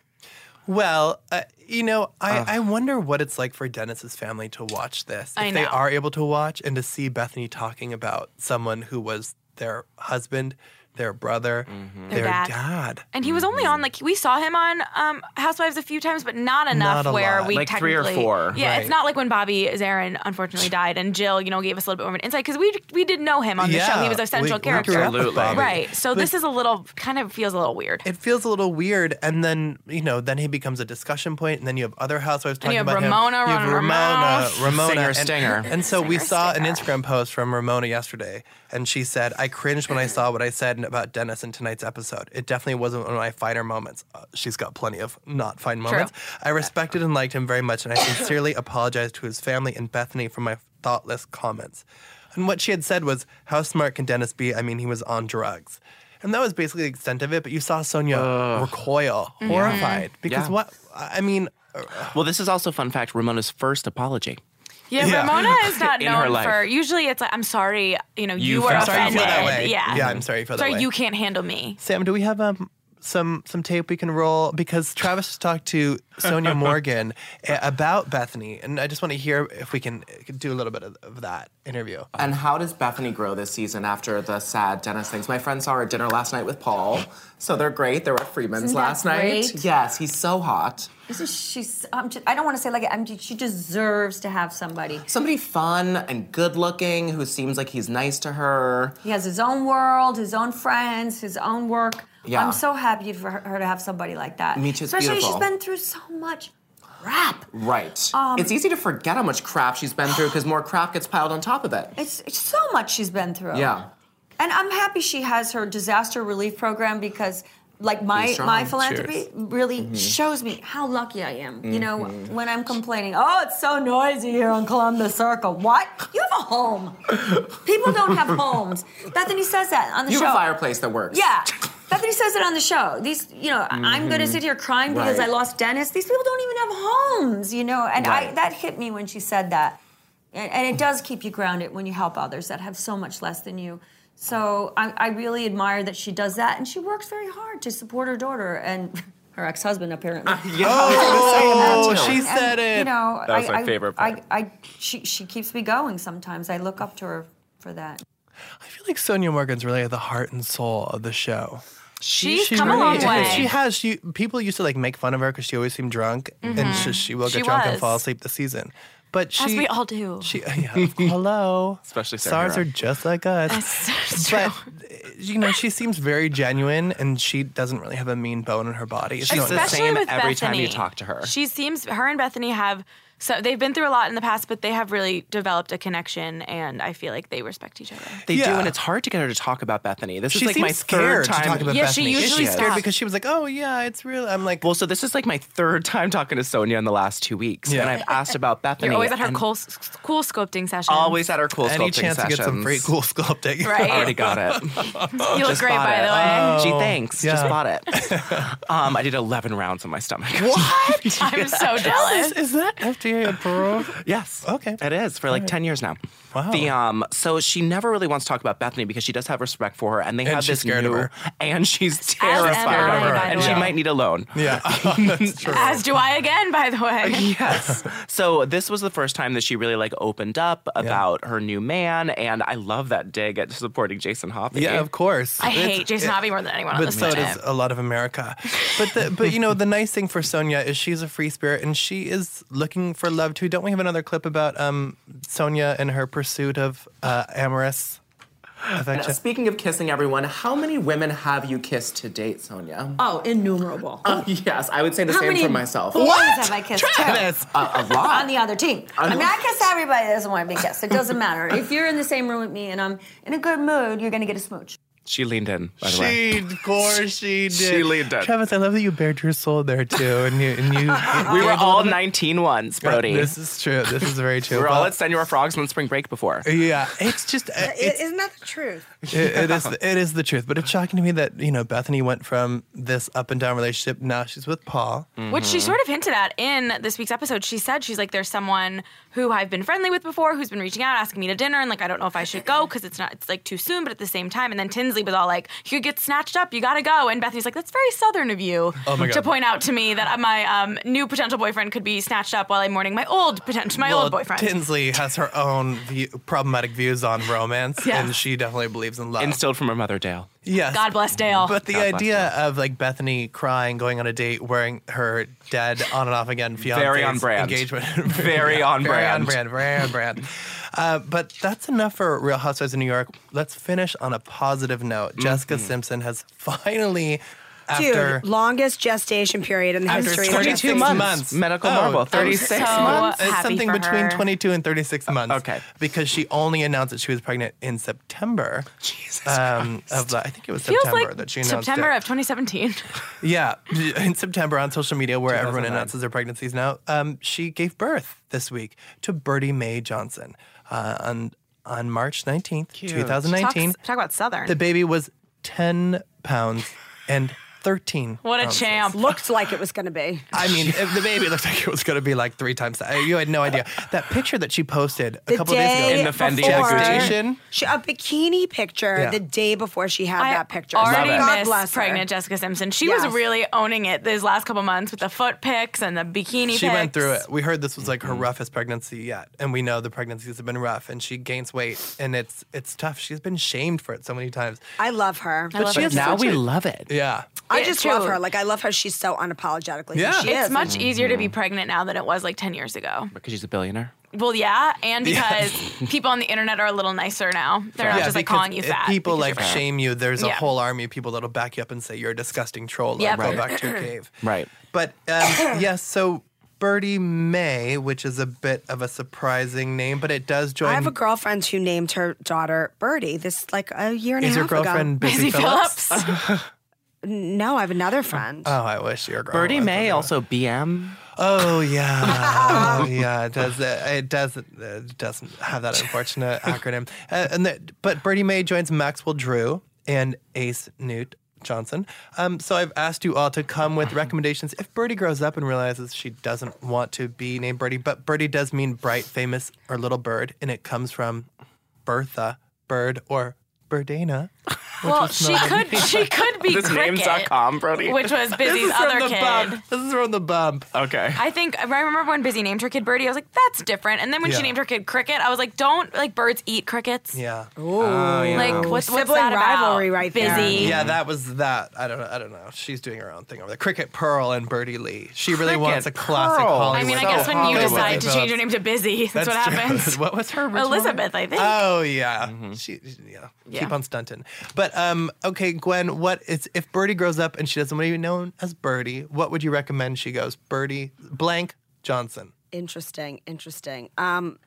Speaker 1: Well, uh, you know, I, I wonder what it's like for Dennis's family to watch this. If
Speaker 2: I
Speaker 1: they
Speaker 2: know.
Speaker 1: are able to watch and to see Bethany talking about someone who was their husband, their brother, their,
Speaker 2: Their
Speaker 1: dad.
Speaker 2: dad. And he was only on like we saw him on um, Housewives a few times, but not enough
Speaker 1: Mm-hmm. Not a
Speaker 2: where
Speaker 1: lot.
Speaker 2: we
Speaker 3: Like three or
Speaker 2: technically-
Speaker 3: four.
Speaker 2: Yeah,
Speaker 1: Right.
Speaker 2: it's not like when Bobby Zarin unfortunately died, and Jill, you know, gave us a little bit more of an insight because we we did know him on the show. He was a central
Speaker 1: we,
Speaker 2: character,
Speaker 1: We grew up with
Speaker 3: Absolutely.
Speaker 1: Bobby.
Speaker 2: right? So this is a little kind of feels a little weird.
Speaker 1: It feels a little weird, and then you know, then he becomes a discussion point, and then you have other housewives
Speaker 2: And
Speaker 1: talking
Speaker 2: you have
Speaker 1: about
Speaker 2: Ramona
Speaker 1: him. You have
Speaker 2: running her
Speaker 1: Ramona,
Speaker 2: mouth.
Speaker 1: Ramona,
Speaker 3: Singer,
Speaker 1: and,
Speaker 3: stinger.
Speaker 1: And so we
Speaker 2: Singer,
Speaker 1: saw an
Speaker 2: stinger.
Speaker 1: Instagram post from Ramona yesterday, and she said, "I cringed when I saw what I said about Dennis in tonight's episode. It definitely wasn't one of my finer moments. Uh, she's got plenty of not fine moments. I respected and liked him very much, and I sincerely apologize to his family and Bethany for my thoughtless comments." And what she had said was, "How smart can Dennis be? I mean, he was on drugs." And that was basically the extent of it. But you saw Sonia recoil,
Speaker 2: Mm-hmm.
Speaker 1: horrified, because
Speaker 3: Yeah.
Speaker 1: what? I mean,
Speaker 3: Well, this is also fun fact. Ramona's first apology.
Speaker 2: Yeah,
Speaker 1: Yeah.
Speaker 2: Ramona is not
Speaker 3: In her
Speaker 2: known
Speaker 3: life.
Speaker 2: for. Usually, it's like I'm sorry, you know,
Speaker 3: You
Speaker 2: you, are
Speaker 3: felt-
Speaker 1: I'm sorry you
Speaker 2: offended.
Speaker 1: feel that way.
Speaker 2: Yeah,
Speaker 1: I'm sorry you feel
Speaker 2: sorry,
Speaker 1: that way.
Speaker 2: you can't handle me.
Speaker 1: Sam, do we have um some some tape we can roll? Because Travis just talked to Sonia Morgan a- about Bethany, and I just want to hear if we can uh, do a little bit of, of that interview.
Speaker 3: And how does Bethany grow this season after the sad Dennis things? My friend saw her at dinner last night with Paul, so they're great. They were at Freeman's
Speaker 5: Isn't that
Speaker 3: last night.
Speaker 5: great?
Speaker 3: Yes, he's so hot.
Speaker 5: This is she's. I'm just, I don't want to say like it. I'm. just- She deserves to have somebody.
Speaker 3: Somebody fun and good looking who seems like he's nice to her.
Speaker 5: He has his own world, his own friends, his own work.
Speaker 3: Yeah.
Speaker 5: I'm so happy for her her to have somebody like that.
Speaker 3: Me too, it's
Speaker 5: Especially
Speaker 3: beautiful.
Speaker 5: she's been through so much crap.
Speaker 3: Right.
Speaker 5: Um,
Speaker 3: it's easy to forget how much crap she's been through because more crap gets piled on top of it.
Speaker 5: It's, it's so much she's been through.
Speaker 3: Yeah.
Speaker 5: And I'm happy she has her disaster relief program because like
Speaker 3: Be
Speaker 5: my
Speaker 3: strong. Mm-hmm.
Speaker 5: my philanthropy really shows me how lucky I am. You know, when I'm complaining, "Oh, it's so noisy here on Columbus Circle." What? You have a home. People don't have homes. Bethany says that on the
Speaker 3: You
Speaker 5: show.
Speaker 3: have a fireplace that works.
Speaker 5: Yeah. Bethany says it on the show. These, you know, I- I'm going to sit here crying because
Speaker 3: Right.
Speaker 5: I lost Dennis. These people don't even have homes, you know. And I
Speaker 3: Right.
Speaker 5: that hit me when she said that. And, and it does keep you grounded when you help others that have so much less than you. So I, I really admire that she does that, and she works very hard to support her daughter and her ex-husband apparently.
Speaker 3: Yeah. I
Speaker 1: Oh,
Speaker 3: was saying
Speaker 1: she
Speaker 3: that too.
Speaker 5: And,
Speaker 1: said it.
Speaker 5: You know,
Speaker 3: That was
Speaker 5: I,
Speaker 3: my
Speaker 5: I-
Speaker 3: favorite part.
Speaker 5: I, I, she, she keeps me going. Sometimes I look up to her for that.
Speaker 1: I feel like Sonia Morgan's really the heart and soul of the show.
Speaker 2: She's come a long
Speaker 1: is.
Speaker 2: way.
Speaker 1: She has. She people used to like make fun of her because she always seemed drunk, and she, she will get
Speaker 2: Mm-hmm. She
Speaker 1: drunk and
Speaker 2: was.
Speaker 1: fall asleep this season. But she,
Speaker 2: As we all do.
Speaker 1: She, yeah, hello.
Speaker 3: Especially Sarah
Speaker 1: stars are
Speaker 3: Hero.
Speaker 1: just like us. but uh, you know, she seems very genuine, and she doesn't really have a mean bone in her body. It's
Speaker 3: She's
Speaker 1: not-
Speaker 3: the
Speaker 2: Especially
Speaker 3: same
Speaker 2: with
Speaker 3: every time
Speaker 2: Bethany.
Speaker 3: you talk to her.
Speaker 2: She seems her and Bethany have so they've been through a lot in the past, but they have really developed a connection, and I feel like they respect each other.
Speaker 3: They do,
Speaker 1: Yeah.
Speaker 3: and it's hard to get her to talk about Bethany. This
Speaker 1: she
Speaker 3: is like
Speaker 1: seems
Speaker 3: my
Speaker 1: scared
Speaker 3: third time.
Speaker 1: to talk about
Speaker 2: Yeah, she
Speaker 1: Bethany.
Speaker 2: usually
Speaker 1: She's scared
Speaker 2: stops.
Speaker 1: because she was like, "Oh yeah, it's real." I'm like,
Speaker 3: Well, so this is like my third time talking to Sonia in the last two weeks,
Speaker 1: Yeah.
Speaker 3: and I've asked about Bethany.
Speaker 2: You're always at her
Speaker 3: and
Speaker 2: cool, cool sculpting session.
Speaker 3: Always at her cool
Speaker 1: any
Speaker 3: sculpting
Speaker 1: chance to get some
Speaker 3: sessions.
Speaker 1: free cool sculpting?
Speaker 2: Right.
Speaker 3: I already got it.
Speaker 2: You look
Speaker 3: Just
Speaker 2: great,
Speaker 3: bought
Speaker 2: by
Speaker 3: it.
Speaker 2: the way.
Speaker 3: Gee, thanks.
Speaker 1: Oh, yeah.
Speaker 3: Just bought it. Um, I did 11 rounds on my stomach.
Speaker 2: I'm so jealous.
Speaker 1: Is that FDA approved?
Speaker 3: Yes.
Speaker 1: Okay.
Speaker 3: It is for like 10 years now.
Speaker 1: Wow.
Speaker 3: The um so she never really wants to talk about Bethany because she does have respect for her and they have
Speaker 1: she's
Speaker 3: this
Speaker 1: scared of
Speaker 3: new
Speaker 1: her.
Speaker 3: and she's
Speaker 2: am
Speaker 3: terrified
Speaker 2: I,
Speaker 3: of her
Speaker 2: by the
Speaker 3: and she
Speaker 2: way.
Speaker 3: might need a loan.
Speaker 1: yeah, that's true.
Speaker 2: As do I again, by the way.
Speaker 3: Yes. so this was the first time that she really like opened up about her new man and I love that dig at supporting Jason Hoppy.
Speaker 1: Yeah, of course.
Speaker 2: I hate Jason Hobby more than anyone on
Speaker 1: but
Speaker 2: this
Speaker 1: so
Speaker 2: planet.
Speaker 1: does a lot of America. But the, but you know the nice thing for Sonia is she's a free spirit and she is looking for love too. Don't we have another clip about um Sonia and her pursuit of uh, amorous affection?
Speaker 3: Speaking of kissing everyone, how many women have you kissed to date, Sonia?
Speaker 5: Oh, innumerable.
Speaker 3: yes, I would say the
Speaker 5: How
Speaker 3: same
Speaker 5: many
Speaker 3: for myself.
Speaker 5: boys have I kissed too?
Speaker 1: Travis!
Speaker 3: A lot.
Speaker 5: on the other team. I mean, I kiss everybody that doesn't want to be kissed. It doesn't matter. If you're in the same room with me and I'm in a good mood, you're going to get a smooch.
Speaker 3: she leaned in, by the way.
Speaker 1: She, of course, she did.
Speaker 3: She leaned in.
Speaker 1: Travis, I love that you bared your soul there too, and you and you.
Speaker 3: We were all 19 once, Brody.
Speaker 1: This is true. This is very true.
Speaker 3: we were all
Speaker 1: Well,
Speaker 3: at Senora Frogs on spring break before.
Speaker 1: yeah, it's just uh, it's
Speaker 4: Isn't that the truth?
Speaker 1: it, it is it is the truth. But it's shocking to me that you know Bethany went from this up and down relationship. Now she's with Paul.
Speaker 3: Mm.
Speaker 2: Which
Speaker 1: Mm-hmm.
Speaker 2: she sort of hinted at in this week's episode. She said she's like, there's someone who I've been friendly with before, who's been reaching out, asking me to dinner, and like, I don't know if I should go because it's not, it's like too soon. But at the same time, and then Tinsley was all like, you get snatched up, you gotta go. And Bethany's like, that's very southern of you
Speaker 1: Oh my God.
Speaker 2: to point out to me that my um, new potential boyfriend could be snatched up while I'm mourning my old potential, my old boyfriend.
Speaker 1: Tinsley has her own view, problematic views on romance,
Speaker 2: Yeah.
Speaker 1: and she definitely believes in love.
Speaker 3: Instilled from her mother, Dale.
Speaker 1: yes.
Speaker 2: God bless Dale.
Speaker 1: But the
Speaker 3: God bless
Speaker 1: idea of like Bethany crying, going on a date, wearing her dead on and off again fiance
Speaker 3: Very on brand.
Speaker 1: engagement,
Speaker 3: Very on
Speaker 1: very on
Speaker 3: brand.
Speaker 1: brand, very on brand. Uh, but that's enough for Real Housewives of New York. Let's finish on a positive note. Jessica
Speaker 3: Mm-hmm.
Speaker 1: Simpson has finally, after
Speaker 4: Dude, longest gestation period in the
Speaker 1: After
Speaker 4: history of
Speaker 1: 32
Speaker 4: gestation.
Speaker 1: months.
Speaker 3: Medical
Speaker 1: Oh,
Speaker 3: marble.
Speaker 1: I'm
Speaker 3: 36
Speaker 2: so-
Speaker 3: months.
Speaker 1: Oh, It's
Speaker 2: happy
Speaker 1: something
Speaker 2: for
Speaker 1: between
Speaker 2: her.
Speaker 1: 22 and 36 months.
Speaker 3: okay.
Speaker 1: Because she only announced that she was pregnant in September.
Speaker 3: Jesus
Speaker 1: Um, of the, I think it was
Speaker 2: Feels
Speaker 1: September
Speaker 2: like
Speaker 1: that she announced
Speaker 2: September
Speaker 1: it.
Speaker 2: of 2017.
Speaker 1: yeah, in September on social media where everyone
Speaker 3: 2009.
Speaker 1: announces their pregnancies now. Um, she gave birth this week to Bertie Mae Johnson uh, on on March 19th,
Speaker 3: Cute.
Speaker 1: 2019.
Speaker 2: Talk, talk about southern.
Speaker 1: The baby was 10 pounds and 13.
Speaker 2: What a
Speaker 1: ounces.
Speaker 2: champ.
Speaker 4: Looked like it was going to be.
Speaker 1: I mean, if the baby looked like it was going to be like three times that. You had no idea. That picture that she posted a
Speaker 4: The
Speaker 1: couple
Speaker 4: day
Speaker 1: days ago
Speaker 3: In the Fendi
Speaker 4: before-
Speaker 1: Gestation.
Speaker 4: She, a bikini picture
Speaker 1: Yeah.
Speaker 4: the day before she had
Speaker 2: I
Speaker 4: that picture.
Speaker 2: already
Speaker 3: Love it.
Speaker 4: God
Speaker 2: miss
Speaker 4: bless her.
Speaker 2: pregnant Jessica Simpson. She
Speaker 4: Yes.
Speaker 2: was really owning it these last couple months with the foot pics and the bikini.
Speaker 1: She went
Speaker 2: pics.
Speaker 1: through it. We heard this was like her roughest pregnancy yet, and we know the pregnancies have been rough, and she gains weight, and it's it's tough. She's been shamed for it so many times.
Speaker 4: I love her.
Speaker 2: love
Speaker 1: she
Speaker 2: it.
Speaker 1: has
Speaker 3: Now
Speaker 1: such
Speaker 3: we
Speaker 1: a-
Speaker 3: love it.
Speaker 1: Yeah,
Speaker 4: I
Speaker 2: It
Speaker 4: just
Speaker 2: too.
Speaker 4: love her. Like I love how she's so unapologetically who
Speaker 1: Yeah.
Speaker 4: she
Speaker 2: It's
Speaker 4: is.
Speaker 2: much easier to be
Speaker 1: Mm.
Speaker 2: pregnant now than it was like 10 years ago.
Speaker 3: Because she's a billionaire.
Speaker 2: Well, yeah, and because people on the internet are a little nicer now. They're not
Speaker 1: yeah.
Speaker 2: just like
Speaker 1: because
Speaker 2: calling you
Speaker 1: if
Speaker 2: fat.
Speaker 1: people
Speaker 2: because
Speaker 1: like
Speaker 2: you're fat.
Speaker 1: shame you. There's a
Speaker 2: Yeah.
Speaker 1: whole army of people that'll back you up and say you're a disgusting troll. and
Speaker 2: Yeah.
Speaker 1: Go
Speaker 2: Right.
Speaker 1: back to your cave.
Speaker 3: Right.
Speaker 1: But um, yes, so Birdie May, which is a bit of a surprising name, but it does join.
Speaker 4: I have a girlfriend who named her daughter Birdie. This like a year and
Speaker 1: is
Speaker 4: a
Speaker 1: your
Speaker 4: half
Speaker 1: girlfriend
Speaker 4: ago.
Speaker 1: Busy,
Speaker 2: Busy Phillips.
Speaker 4: No, I have another friend.
Speaker 1: Oh, I wish your girl.
Speaker 3: Birdie
Speaker 1: was
Speaker 3: May,
Speaker 1: a-
Speaker 3: also BM.
Speaker 1: Oh yeah, oh, yeah. It does it doesn't it doesn't have that unfortunate acronym. Uh, and the, but Birdie May joins Maxwell Drew and Ace Newt Johnson. Um, so I've asked you all to come with recommendations if Birdie grows up and realizes she doesn't want to be named Birdie. But Birdie does mean bright, famous, or little bird, and it comes from Bertha Bird or Birdana.
Speaker 2: well, she could she could be
Speaker 3: This
Speaker 2: Cricket,
Speaker 3: names.com, Brody.
Speaker 2: which was Busy's other
Speaker 1: the
Speaker 2: kid.
Speaker 1: bump. This is from the bump.
Speaker 3: Okay.
Speaker 2: I think I remember when Busy named her kid Birdie. I was like, that's different. And then when
Speaker 1: Yeah.
Speaker 2: she named her kid Cricket, I was like, don't like birds eat crickets?
Speaker 1: Yeah.
Speaker 2: Like what's, what's
Speaker 4: Sibling
Speaker 2: that about?
Speaker 4: rivalry right there.
Speaker 2: Busy.
Speaker 1: Yeah, that was that. I don't know. I don't know. She's doing her own thing over there. Cricket Pearl and Birdie Lee. She really
Speaker 3: Cricket
Speaker 1: wants a classic
Speaker 3: Pearl.
Speaker 1: Hollywood.
Speaker 2: I mean, I
Speaker 3: So
Speaker 2: guess
Speaker 1: oh,
Speaker 2: when you
Speaker 3: Hollywood.
Speaker 2: decide to
Speaker 1: Elizabeth.
Speaker 2: change your name to Busy, that's, what
Speaker 1: true.
Speaker 2: happens.
Speaker 1: what was her original
Speaker 2: Elizabeth, I think.
Speaker 1: Oh yeah,
Speaker 3: Mm-hmm.
Speaker 1: she yeah. Keep
Speaker 2: Yeah.
Speaker 1: on stunting. But um, okay, Gwen. What is if Birdie grows up and she doesn't want to be known as Birdie? What would you recommend she goes? Birdie blank Johnson.
Speaker 4: Interesting, interesting. Um,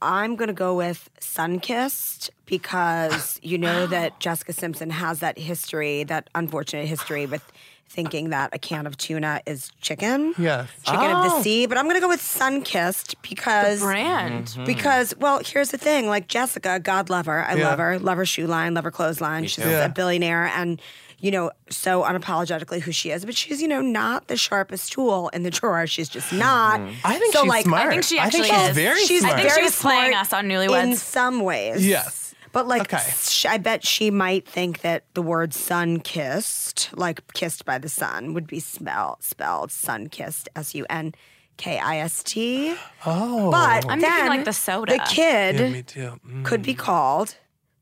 Speaker 4: I'm gonna go with Sunkissed because you know that Jessica Simpson has that history, that unfortunate history with thinking that a can of tuna is chicken.
Speaker 1: Yes.
Speaker 4: Chicken of the sea. But I'm gonna go with Sunkissed because
Speaker 2: Brand.
Speaker 1: Mm-hmm.
Speaker 4: because well, here's the thing. Like Jessica, God love her. I
Speaker 1: Yeah.
Speaker 4: love her. Love her shoe line. Love her clothes line. She's
Speaker 1: Yeah.
Speaker 4: a billionaire, and you know, so unapologetically who she is. But she's you know not the sharpest tool in the drawer. She's just
Speaker 1: Mm-hmm.
Speaker 4: not.
Speaker 1: I think
Speaker 4: so,
Speaker 1: she's
Speaker 4: like, I
Speaker 1: smart.
Speaker 2: think she
Speaker 1: I
Speaker 2: actually
Speaker 1: think she's
Speaker 2: is.
Speaker 1: very
Speaker 4: She's
Speaker 1: smart.
Speaker 2: I think
Speaker 4: very
Speaker 2: she was playing
Speaker 4: smart
Speaker 2: us on
Speaker 4: in
Speaker 2: Newlyweds.
Speaker 4: some ways.
Speaker 1: Yes.
Speaker 4: But like,
Speaker 1: Okay.
Speaker 4: sh- I bet she might think that the word "sun kissed," like kissed by the sun, would be spell spelled "sun kissed," S U N K I S T.
Speaker 1: oh,
Speaker 4: But
Speaker 2: I'm
Speaker 4: then
Speaker 2: thinking like the soda.
Speaker 4: the kid
Speaker 1: yeah, me too. Mm.
Speaker 4: could be called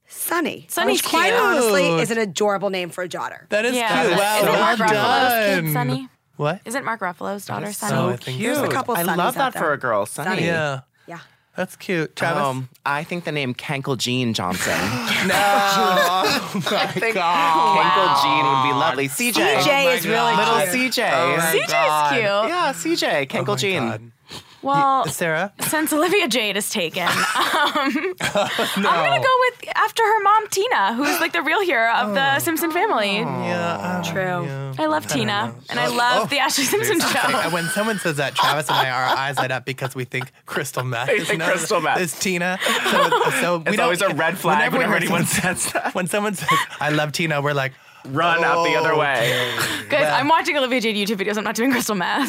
Speaker 4: Sunny.
Speaker 2: Sunny's
Speaker 4: which quite
Speaker 2: cute.
Speaker 4: honestly is an adorable name for a daughter.
Speaker 1: That is cute.
Speaker 2: Is
Speaker 1: Wow,
Speaker 2: it
Speaker 1: well
Speaker 2: Mark Ruffalo's
Speaker 1: done.
Speaker 2: kid, Sunny?
Speaker 1: What?
Speaker 2: Is it Mark Ruffalo's daughter, Sunny?
Speaker 1: so
Speaker 3: Oh,
Speaker 1: think
Speaker 3: cute.
Speaker 1: There's
Speaker 4: a couple
Speaker 3: I
Speaker 4: sunnies
Speaker 3: love that
Speaker 4: out
Speaker 3: for
Speaker 4: there.
Speaker 3: a girl, Sunny.
Speaker 4: Sunny.
Speaker 1: Yeah.
Speaker 4: yeah.
Speaker 1: That's cute. Travis.
Speaker 3: Um, I think the name Kankle Jean Johnson.
Speaker 1: no. oh my God.
Speaker 3: Kankle Jean would be Oh lovely. CJ.
Speaker 4: CJ
Speaker 1: my
Speaker 4: is really
Speaker 1: God.
Speaker 3: Little
Speaker 4: cute.
Speaker 3: CJ.
Speaker 1: my
Speaker 2: CJ's
Speaker 1: God.
Speaker 2: cute.
Speaker 3: Oh yeah, CJ. Kankle
Speaker 1: Oh my
Speaker 3: Jean.
Speaker 1: God.
Speaker 2: Well,
Speaker 1: Sarah?
Speaker 2: since Olivia Jade is taken, um, I'm
Speaker 1: No.
Speaker 2: gonna go with after her mom Tina, who's like the real hero of the Simpson family.
Speaker 1: Yeah. uh,
Speaker 4: True.
Speaker 1: Oh. yeah. Oh.
Speaker 2: I love Tina, and I love the Ashley Simpson
Speaker 1: Okay,
Speaker 2: show.
Speaker 1: when someone says that, Travis and I, our eyes light up because we think crystal meth.
Speaker 3: They
Speaker 1: is
Speaker 3: think
Speaker 1: another-
Speaker 3: crystal meth.
Speaker 1: Is Tina. So, so we
Speaker 3: It's
Speaker 1: don't-
Speaker 3: always a red flag
Speaker 1: we
Speaker 3: whenever,
Speaker 1: hear
Speaker 3: anyone
Speaker 1: someone-
Speaker 3: says that.
Speaker 1: When someone says, I love Tina, we're like,
Speaker 3: Run out the other way.
Speaker 1: okay.
Speaker 2: Guys, I'm watching Olivia Jade YouTube videos. I'm not doing crystal meth.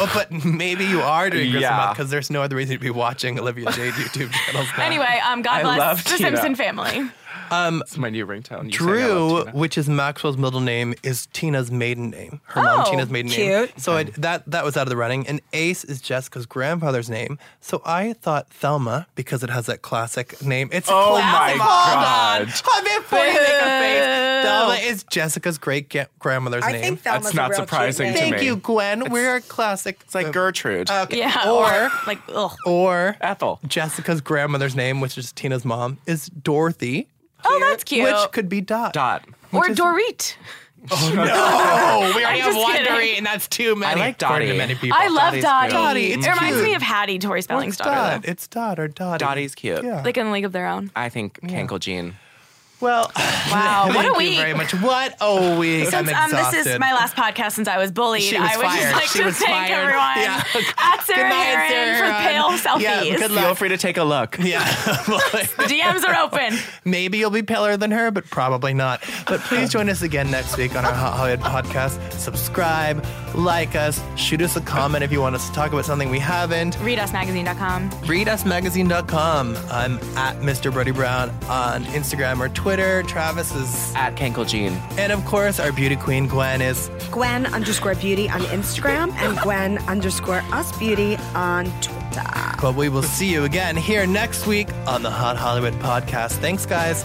Speaker 1: Oh, but maybe you are doing crystal
Speaker 3: Yeah.
Speaker 1: because there's no other reason to be watching Olivia Jade YouTube channels. Now.
Speaker 2: anyway, um, God
Speaker 3: I
Speaker 2: bless
Speaker 3: love
Speaker 2: the
Speaker 3: Tina.
Speaker 2: Simpson family.
Speaker 3: It's my new ringtone. You saying I
Speaker 1: Drew,
Speaker 3: love Tina.
Speaker 1: which is Maxwell's middle name, is Tina's maiden name. Her mom,
Speaker 2: Oh,
Speaker 1: Tina's maiden name.
Speaker 4: cute.
Speaker 1: So I, that that was out of the running. And Ace is Jessica's grandfather's name. So I thought Thelma because it has that classic name. It's
Speaker 3: Oh
Speaker 1: classic.
Speaker 3: my
Speaker 1: Hold on.
Speaker 3: God.
Speaker 1: Hold it for you, make a face. Thelma is Jessica's great ga- grandmother's
Speaker 4: I
Speaker 1: name.
Speaker 4: think Thelma's
Speaker 3: That's
Speaker 4: a
Speaker 3: not
Speaker 4: real
Speaker 3: surprising
Speaker 4: cute
Speaker 3: to
Speaker 4: name.
Speaker 1: Thank
Speaker 3: me.
Speaker 1: you, Gwen. We're a classic.
Speaker 3: It's like Gertrude.
Speaker 1: Okay.
Speaker 2: Yeah,
Speaker 1: Or
Speaker 2: like ugh.
Speaker 1: or
Speaker 3: Ethel.
Speaker 1: Jessica's grandmother's name, which is Tina's mom, is Dorothy,
Speaker 2: Oh, that's cute.
Speaker 1: which could be Dot.
Speaker 3: Dot.
Speaker 2: or Dorit.
Speaker 1: Oh, we already
Speaker 2: I'm
Speaker 1: have
Speaker 2: just
Speaker 1: one
Speaker 2: kidding.
Speaker 1: Dory, and that's too many.
Speaker 3: I like
Speaker 1: according to
Speaker 3: Dottie.
Speaker 1: many people.
Speaker 2: I love Dottie.
Speaker 1: Dottie, it's
Speaker 2: it reminds
Speaker 1: cute.
Speaker 2: me of Hattie, Tori Spelling's
Speaker 1: It's
Speaker 2: daughter.
Speaker 1: Dot. It's Dot or Dottie.
Speaker 3: Dottie's cute.
Speaker 1: Yeah.
Speaker 2: Though. Like in League of Their Own.
Speaker 3: I think Kankle Jean.
Speaker 1: Well,
Speaker 2: Wow, what
Speaker 1: thank
Speaker 2: a
Speaker 1: you
Speaker 2: week.
Speaker 1: very much. What a week! I'm
Speaker 2: Since um,
Speaker 1: exhausted.
Speaker 2: this is my last podcast since I was bullied,
Speaker 1: She was
Speaker 2: I would
Speaker 1: fired.
Speaker 2: just like
Speaker 1: She
Speaker 2: to
Speaker 1: was
Speaker 2: thank
Speaker 1: fired.
Speaker 2: everyone
Speaker 1: Yeah.
Speaker 2: at Sarah
Speaker 1: Good night,
Speaker 2: Heron
Speaker 1: Sarah
Speaker 2: for pale
Speaker 1: Heron. Yeah,
Speaker 2: selfies.
Speaker 1: good
Speaker 3: Feel free to take a look.
Speaker 1: Yeah.
Speaker 2: the DMs are open.
Speaker 1: Maybe you'll be paler than her, but probably not. But please join us again next week on our Hot Hollywood podcast. Subscribe, like us, shoot us a comment if you want us to talk about something we haven't.
Speaker 2: ReadUsMagazine.com.
Speaker 1: Readusmagazine.com. I'm at Mr. Brody Brown on Instagram or Twitter. Travis is,
Speaker 3: At Kenkel Jean.
Speaker 1: and of course, our beauty queen Gwen is.
Speaker 4: Gwen underscore beauty on Instagram and Gwen underscore us beauty on Twitter.
Speaker 1: But we will see you again here next week on the Hot Hollywood podcast. Thanks, guys.